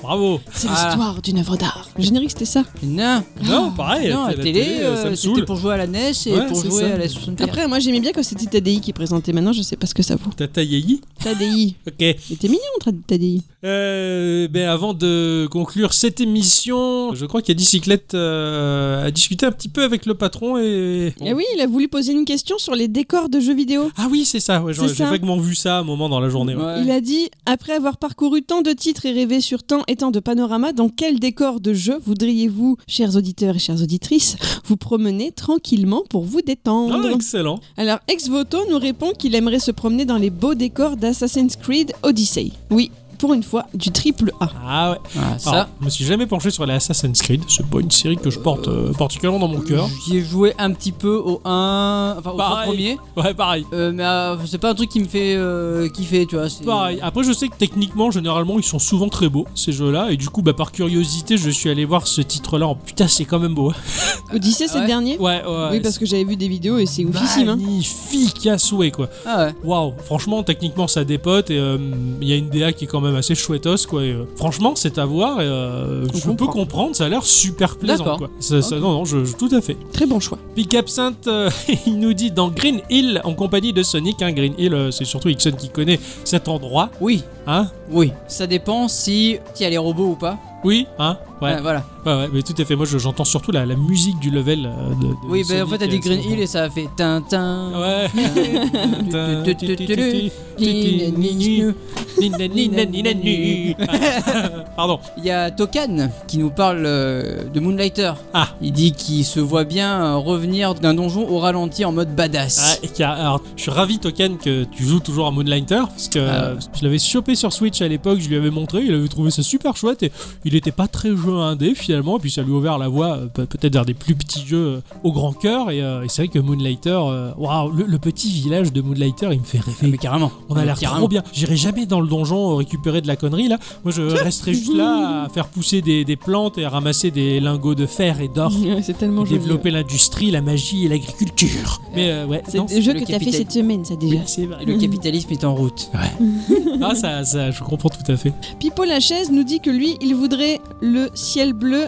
Speaker 3: Bravo
Speaker 1: C'est
Speaker 2: Ah.
Speaker 1: l'histoire d'une œuvre d'art. Le générique, c'était ça.
Speaker 2: Non,
Speaker 3: Non, pareil,
Speaker 2: non, la télé,
Speaker 3: euh, ça
Speaker 2: euh,
Speaker 3: me
Speaker 2: c'était
Speaker 3: saoule.
Speaker 2: pour jouer à la NES et
Speaker 3: Ouais,
Speaker 2: pour
Speaker 3: c'est
Speaker 2: jouer
Speaker 3: ça.
Speaker 2: à la 64.
Speaker 1: Après, moi, j'aimais bien quand c'était Tadei qui présentait. Maintenant, je sais pas ce que ça vaut.
Speaker 3: Tata Yayi
Speaker 1: Tadei.
Speaker 3: Ok.
Speaker 1: Mais t'es mignon, Tadei.
Speaker 3: Euh, ben avant de conclure cette émission, je crois qu'il y a Dicyclette euh, à discuter un petit peu avec le patron et...
Speaker 1: Ah oui, il a voulu poser une question sur les décors de jeux vidéo.
Speaker 3: Ah oui, c'est ça, ouais, j'en-
Speaker 1: C'est
Speaker 3: j'ai
Speaker 1: ça.
Speaker 3: vaguement vu ça à un moment dans la journée. ouais.
Speaker 2: Ouais.
Speaker 1: Il a dit Après avoir parcouru tant de titres et rêvé sur tant et tant de panoramas, dans quel décor de jeu voudriez-vous, chers auditeurs et chères auditrices, vous promener tranquillement pour vous détendre
Speaker 3: Ah, excellent.
Speaker 1: Alors, Exvoto nous répond qu'il aimerait se promener dans les beaux décors d'Assassin's Creed Odyssey. Oui, pour une fois, du triple A.
Speaker 3: Ah ouais.
Speaker 2: Ah, ça.
Speaker 3: Alors, je me suis jamais penché sur les Assassin's Creed, c'est pas une série que je porte euh, particulièrement dans mon cœur.
Speaker 2: J'y ai joué un petit peu au 1, enfin au trois
Speaker 3: Pareil.
Speaker 2: premier,
Speaker 3: Ouais, pareil.
Speaker 2: euh, mais euh, c'est pas un truc qui me fait euh, kiffer, tu vois. c'est-
Speaker 3: Pareil. Après, je sais que techniquement, généralement, ils sont souvent très beaux, ces jeux-là, et du coup, bah, par curiosité, je suis allé voir ce titre-là en putain, c'est quand même beau. hein.
Speaker 1: Odyssey, c'est
Speaker 2: ouais
Speaker 1: le dernier
Speaker 3: Ouais, Bah, ouais.
Speaker 1: Oui, parce que j'avais vu des vidéos et c'est oufissime. hein.
Speaker 3: Magnifique à souhait, quoi.
Speaker 2: Ah ouais.
Speaker 3: Waouh, franchement, techniquement, ça dépote, et euh, il y a une DA qui est quand même assez chouettos, quoi. et, euh, franchement, c'est à voir, et euh, je
Speaker 1: comprend.
Speaker 3: peux comprendre, ça a l'air super plaisant,
Speaker 2: D'accord.
Speaker 3: quoi. Ça, ça-
Speaker 2: Ok.
Speaker 3: non, non, je- je, tout à fait.
Speaker 1: Très bon choix.
Speaker 3: Pic Absinthe, euh, il nous dit dans Green Hill, en compagnie de Sonic. hein, Green Hill, euh, c'est surtout Ixon qui connaît cet endroit.
Speaker 2: Oui,
Speaker 3: Hein
Speaker 2: oui. Ça dépend si il y a les robots ou pas.
Speaker 3: Oui Hein Ouais.
Speaker 2: Ouais, voilà.
Speaker 3: Ouais, ouais, mais tout à fait. Moi, je- j'entends surtout la, la musique du level. euh, de, de
Speaker 2: Oui, bah, en
Speaker 3: Sonic,
Speaker 2: fait, t'as
Speaker 3: euh,
Speaker 2: dit Green
Speaker 3: c'est
Speaker 2: Hill et ça a fait Tintin.
Speaker 3: Ouais. Pardon.
Speaker 2: Il y a Tokan qui nous parle euh, de Moonlighter.
Speaker 3: Ah.
Speaker 2: Il dit qu'il se voit bien euh, revenir d'un donjon au ralenti en mode
Speaker 3: Ah,
Speaker 2: badass.
Speaker 3: et qu'il y a- alors, je suis ravi, Token, que tu joues toujours à Moonlighter. Parce que
Speaker 2: Ah.
Speaker 3: je l'avais chopé sur Switch à l'époque, je lui avais montré, il avait trouvé ça super chouette. Et il n'était pas très jeu indé finalement. Et puis ça lui a ouvert la voie euh, pe- peut-être vers des plus petits jeux euh, au grand cœur. Et, euh, et c'est vrai que Moonlighter, euh, waouh, le, le petit village de Moonlighter, il me fait
Speaker 2: Ah,
Speaker 3: rêver.
Speaker 2: mais carrément.
Speaker 3: On a
Speaker 2: Mais
Speaker 3: l'air
Speaker 2: carrément.
Speaker 3: trop bien. J'irai jamais dans le donjon euh, récupérer de la connerie là. Moi je resterai juste là à faire pousser des, des plantes et à ramasser des lingots de fer et d'or.
Speaker 1: Ouais, C'est tellement
Speaker 3: Et
Speaker 1: joli.
Speaker 3: développer l'industrie, la magie et l'agriculture. Mais euh, ouais,
Speaker 1: C'est
Speaker 3: non,
Speaker 1: le jeu
Speaker 2: le
Speaker 1: que t'as fait
Speaker 2: capitaine.
Speaker 1: cette semaine, ça déjà.
Speaker 3: oui, c'est vrai.
Speaker 2: Et Le capitalisme est en route.
Speaker 3: Ah, ça, ça, je comprends tout à fait.
Speaker 1: Pipo Lachaise nous dit que lui, il voudrait le ciel bleu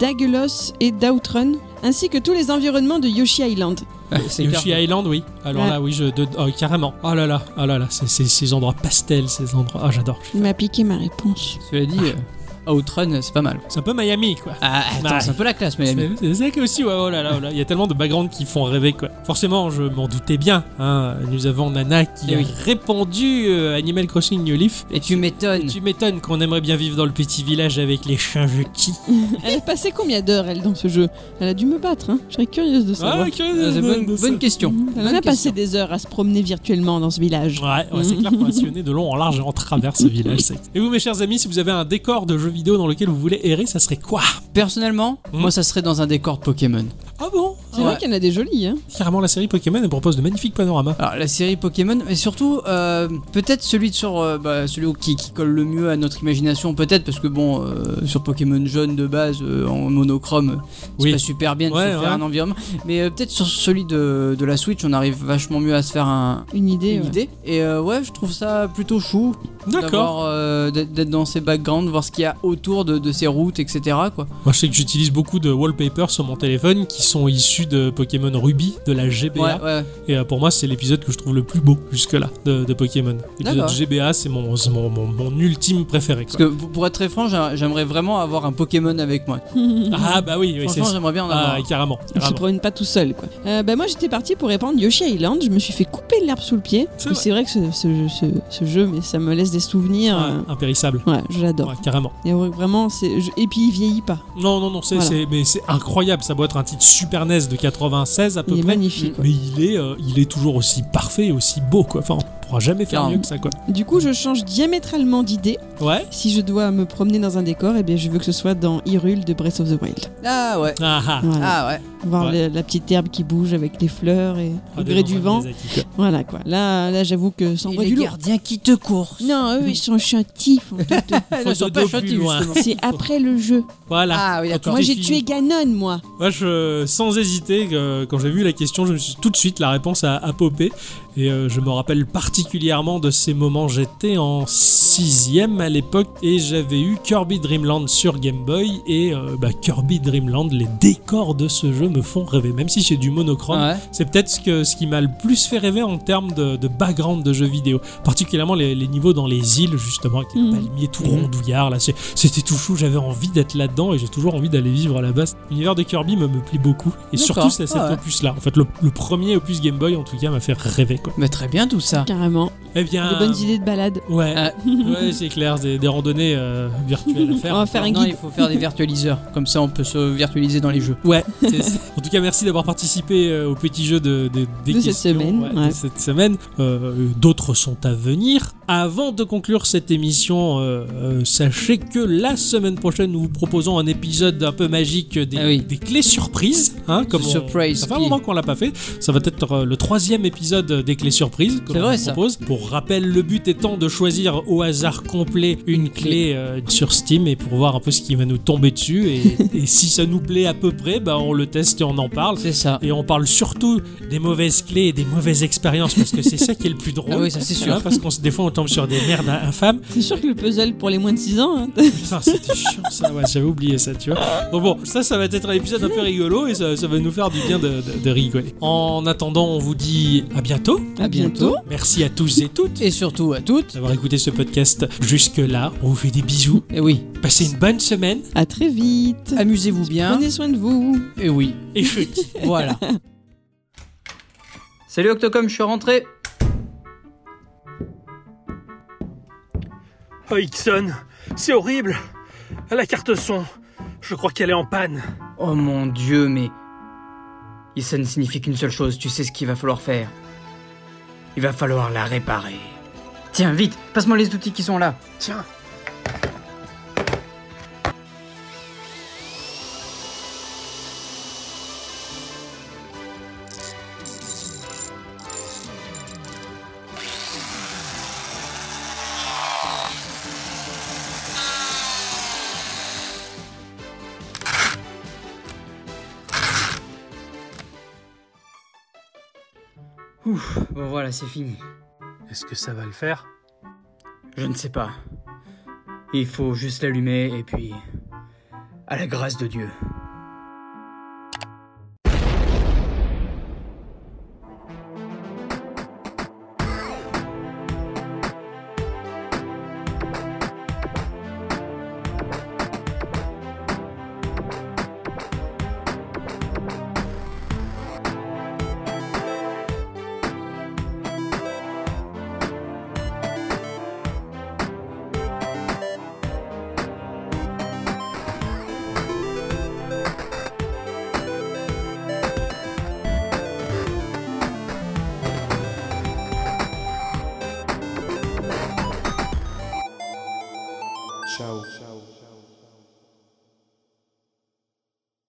Speaker 1: d'Aguelos et d'Outrun, ainsi que tous les environnements de Yoshi Island.
Speaker 2: C'est
Speaker 3: Yoshi
Speaker 2: clair.
Speaker 3: Island, oui. Alors
Speaker 1: Ouais.
Speaker 3: là, oui, je, de- oh, carrément. Oh là là, oh là là, c'est- c'est- ces endroits pastels, ces endroits. Ah, j'adore.
Speaker 1: Il m'a piqué ma réponse.
Speaker 2: Cela dit, euh, Outrun, c'est pas mal.
Speaker 3: C'est un peu Miami, quoi.
Speaker 2: Ah, attends,
Speaker 3: Ouais.
Speaker 2: c'est un peu la classe, Miami.
Speaker 3: C'est- C'est ça que aussi, ouais, oh là là, oh là, il y a tellement de backgrounds qui font rêver, quoi. Forcément, je m'en doutais bien. hein. Nous avons Nana qui
Speaker 2: Eh
Speaker 3: a
Speaker 2: oui.
Speaker 3: répondu euh, Animal Crossing New Leaf.
Speaker 2: Et tu m'étonnes.
Speaker 3: Tu m'étonnes qu'on aimerait bien vivre dans le petit village avec les chiens petits.
Speaker 2: Ah,
Speaker 1: Elle a passé combien d'heures, elle, dans ce jeu Elle a dû me battre, hein. Je serais curieuse de
Speaker 3: Ah,
Speaker 1: savoir.
Speaker 3: ok,
Speaker 2: Euh, c'est bonne,
Speaker 3: de ça.
Speaker 2: bonne question.
Speaker 1: Elle en a passé des heures à se promener virtuellement dans ce village.
Speaker 3: Ouais, ouais, c'est clair qu'on va sillonner de long en large et en travers ce village. c'est- Et vous, mes chers amis, si vous avez un décor de jeu vidéo dans lequel vous voulez errer, ça serait quoi
Speaker 2: Personnellement,
Speaker 3: Hmm.
Speaker 2: moi ça serait dans un décor de Pokémon.
Speaker 3: Ah bon
Speaker 1: C'est vrai qu'il y en a des jolies, hein.
Speaker 3: Carrément, la série Pokémon, elle propose de magnifiques panoramas.
Speaker 2: Alors la série Pokémon, mais surtout euh, peut-être celui de sur euh, bah, celui qui, qui colle le mieux à notre imagination, peut-être parce que bon euh, sur Pokémon jaune de base euh, en monochrome, euh, c'est
Speaker 3: Oui.
Speaker 2: pas super bien de
Speaker 3: Ouais,
Speaker 2: se faire
Speaker 3: ouais.
Speaker 2: un environnement. Mais euh, peut-être sur celui de, de la Switch, on arrive vachement mieux à se faire un,
Speaker 1: Une idée.
Speaker 2: une
Speaker 1: ouais.
Speaker 2: idée. Et euh, ouais, je trouve ça plutôt chou
Speaker 3: D'accord.
Speaker 2: d'avoir euh, d'être d'être dans ces backgrounds, voir ce qu'il y a autour de, de ces routes, etc. Quoi.
Speaker 3: Moi, je sais que j'utilise beaucoup de wallpapers sur mon téléphone qui sont issus de Pokémon Ruby, de la GBA.
Speaker 2: Ouais, ouais.
Speaker 3: Et euh, pour moi, c'est l'épisode que je trouve le plus beau jusque-là de, de Pokémon. L'épisode
Speaker 2: D'accord.
Speaker 3: GBA, c'est mon, c'est mon, mon, mon ultime préféré. quoi.
Speaker 2: Parce que pour pour être très franc, j'a- j'aimerais vraiment avoir un Pokémon avec moi.
Speaker 3: Ah, bah oui, oui c'est
Speaker 2: Franchement, j'aimerais bien en avoir.
Speaker 3: Ah, carrément.
Speaker 1: On se
Speaker 3: carrément.
Speaker 1: promène pas tout seul, quoi. Euh, bah, moi, j'étais partie pour répandre Yoshi Island. Je me suis fait couper l'herbe sous le pied.
Speaker 3: C'est
Speaker 1: Mais
Speaker 3: vrai.
Speaker 1: C'est vrai. que ce, ce jeu- ce- ce jeu, mais ça me laisse des souvenirs.
Speaker 3: Ah,
Speaker 2: hein.
Speaker 1: euh,
Speaker 3: impérissable.
Speaker 1: Ouais, je l'adore.
Speaker 3: Ouais, carrément.
Speaker 1: Et ouais, vraiment, c'est je- et puis il vieillit pas.
Speaker 3: Non, non, non, c'est,
Speaker 1: Voilà.
Speaker 3: c'est- mais c'est incroyable. Ça doit être un titre Super NES de 96 à peu
Speaker 1: Il est
Speaker 3: près.
Speaker 1: magnifique. quoi.
Speaker 3: Mais il est, euh, il est toujours aussi parfait, aussi beau, quoi. Enfin, on pourra jamais faire
Speaker 2: Carrément.
Speaker 3: mieux que ça, quoi.
Speaker 1: Du coup, je change diamétralement d'idée.
Speaker 3: Ouais.
Speaker 1: Si je dois me promener dans un décor, eh bien, je veux que ce soit dans Hyrule de Breath of the Wild.
Speaker 2: Ah ouais.
Speaker 3: Ah, ah.
Speaker 1: Voilà.
Speaker 2: Ah ouais.
Speaker 1: Voir
Speaker 3: Ouais.
Speaker 1: le- la petête herbe qui bouge avec les fleurs et
Speaker 3: Ah,
Speaker 1: le gré du
Speaker 3: des
Speaker 1: vent.
Speaker 3: Miyazaki, quoi.
Speaker 1: Voilà quoi. Là, là, j'avoue que sans
Speaker 2: Et
Speaker 1: voix
Speaker 2: les
Speaker 1: du lourd.
Speaker 2: gardiens qui te courent.
Speaker 1: Non, eux, ils sont chintifs. Ah,
Speaker 3: Faut
Speaker 2: ils sont
Speaker 3: dodo
Speaker 2: pas
Speaker 3: plus
Speaker 2: gentils,
Speaker 3: loin.
Speaker 2: justement.
Speaker 1: C'est après le jeu.
Speaker 3: hein. Voilà.
Speaker 2: Ah oui,
Speaker 3: Quand tu
Speaker 2: d'accord.
Speaker 1: Moi,
Speaker 3: t'es
Speaker 1: j'ai
Speaker 3: fini.
Speaker 1: tué Ganon, moi.
Speaker 3: Moi, je, sans hésiter, euh, quand j'ai vu la question, je me suis tout de suite la réponse a, a popé. Et euh, je me rappelle particulièrement de ces moments. J'étais en sixième à l'époque et j'avais eu Kirby Dreamland sur Game Boy. Et euh, bah, Kirby Dreamland, les décors de ce jeu me font rêver. Même si c'est du monochrome,
Speaker 2: Ah ouais.
Speaker 3: c'est peut-être ce, que- ce qui m'a le plus fait rêver en termes de, de background de jeux vidéo. Particulièrement les, les niveaux dans les îles, justement, avec les
Speaker 1: Mhm.
Speaker 3: palmiers tout
Speaker 2: Mhm.
Speaker 3: rondouillards. Là, c'est- c'était tout chou, j'avais envie d'être là-dedans et j'ai toujours envie d'aller vivre là-bas. L'univers de Kirby me, me plaît beaucoup. Et
Speaker 2: D'accord,
Speaker 3: surtout, c'est cet
Speaker 2: ah ouais.
Speaker 3: opus-là. En fait, le, le premier opus Game Boy, en tout cas, m'a fait rêver. Quoi.
Speaker 2: Mais très bien tout ça.
Speaker 1: Carrément.
Speaker 3: Eh bien.
Speaker 1: Des bonnes idées de balade.
Speaker 3: Ouais,
Speaker 2: Ah.
Speaker 3: ouais c'est clair, des, des randonnées euh, virtuelles à
Speaker 1: On
Speaker 3: faire.
Speaker 1: va faire un
Speaker 2: Maintenant, il
Speaker 1: guide.
Speaker 2: faut faire des virtualiseurs. Comme ça, on peut se virtualiser dans les jeux.
Speaker 3: Ouais. c'est- en tout cas, merci d'avoir participé euh, au petit jeu de, de- des
Speaker 1: De cette
Speaker 3: questions,
Speaker 1: semaine,
Speaker 3: ouais,
Speaker 1: ouais.
Speaker 3: de cette semaine. Euh, D'autres sont à venir. Avant de conclure cette émission, euh, euh, sachez que la semaine prochaine, nous vous proposons un épisode un peu magique des,
Speaker 2: Ah oui.
Speaker 3: des clés surprises. Hein, comme on-
Speaker 2: surprise
Speaker 3: ça fait un
Speaker 2: key.
Speaker 3: moment qu'on l'a pas fait. Ça va être euh, le troisième épisode des clés surprises que
Speaker 2: C'est
Speaker 3: l'on
Speaker 2: vrai,
Speaker 3: vous
Speaker 2: ça.
Speaker 3: propose. Pour rappel, le but étant de choisir au hasard complet une clé euh, sur Steam et pour voir un peu ce qui va nous tomber dessus. Et, et si ça nous plaît à peu près, bah, on le teste et on en parle.
Speaker 2: C'est ça.
Speaker 3: Et on parle surtout des mauvaises clés et des mauvaises expériences parce que c'est ça qui est le plus drôle.
Speaker 2: Ah oui, ça, c'est sûr.
Speaker 3: Hein, parce qu'on se- des fois on tombe sur des merdes infâmes.
Speaker 1: C'est sûr que le puzzle pour les moins de 6 ans. hein.
Speaker 3: Putain, c'était chiant ça, ouais, j'avais oublié ça, tu vois. Donc bon, ça, ça va être un épisode un peu rigolo et ça, ça va nous faire du bien de, de- de rigoler. En attendant, on vous dit à bientôt.
Speaker 1: À bientôt.
Speaker 3: Merci à à tous et toutes
Speaker 2: Et surtout à toutes.
Speaker 3: d'avoir écouté ce podcast jusque-là. On vous fait des bisous.
Speaker 2: Et oui,
Speaker 3: Passez une bonne semaine
Speaker 1: À très vite.
Speaker 2: amusez-vous bien.
Speaker 1: Prenez soin de vous.
Speaker 2: Et oui,
Speaker 3: et je dis.
Speaker 2: voilà. Salut Octocom, je suis rentré.
Speaker 7: Oh Ixon, c'est horrible La carte son, je crois qu'elle est en panne.
Speaker 2: Oh mon dieu, mais. Et ça ne signifie qu'une seule chose, tu sais ce qu'il va falloir faire. Il va falloir la réparer. Tiens, vite, passe-moi les outils qui sont là.
Speaker 7: Tiens,
Speaker 2: Ouf, bon voilà, c'est fini.
Speaker 7: est-ce que ça va le faire
Speaker 2: Je ne sais pas. Il faut juste l'allumer et puis. À la grâce de Dieu.
Speaker 6: Ciao. Ciao.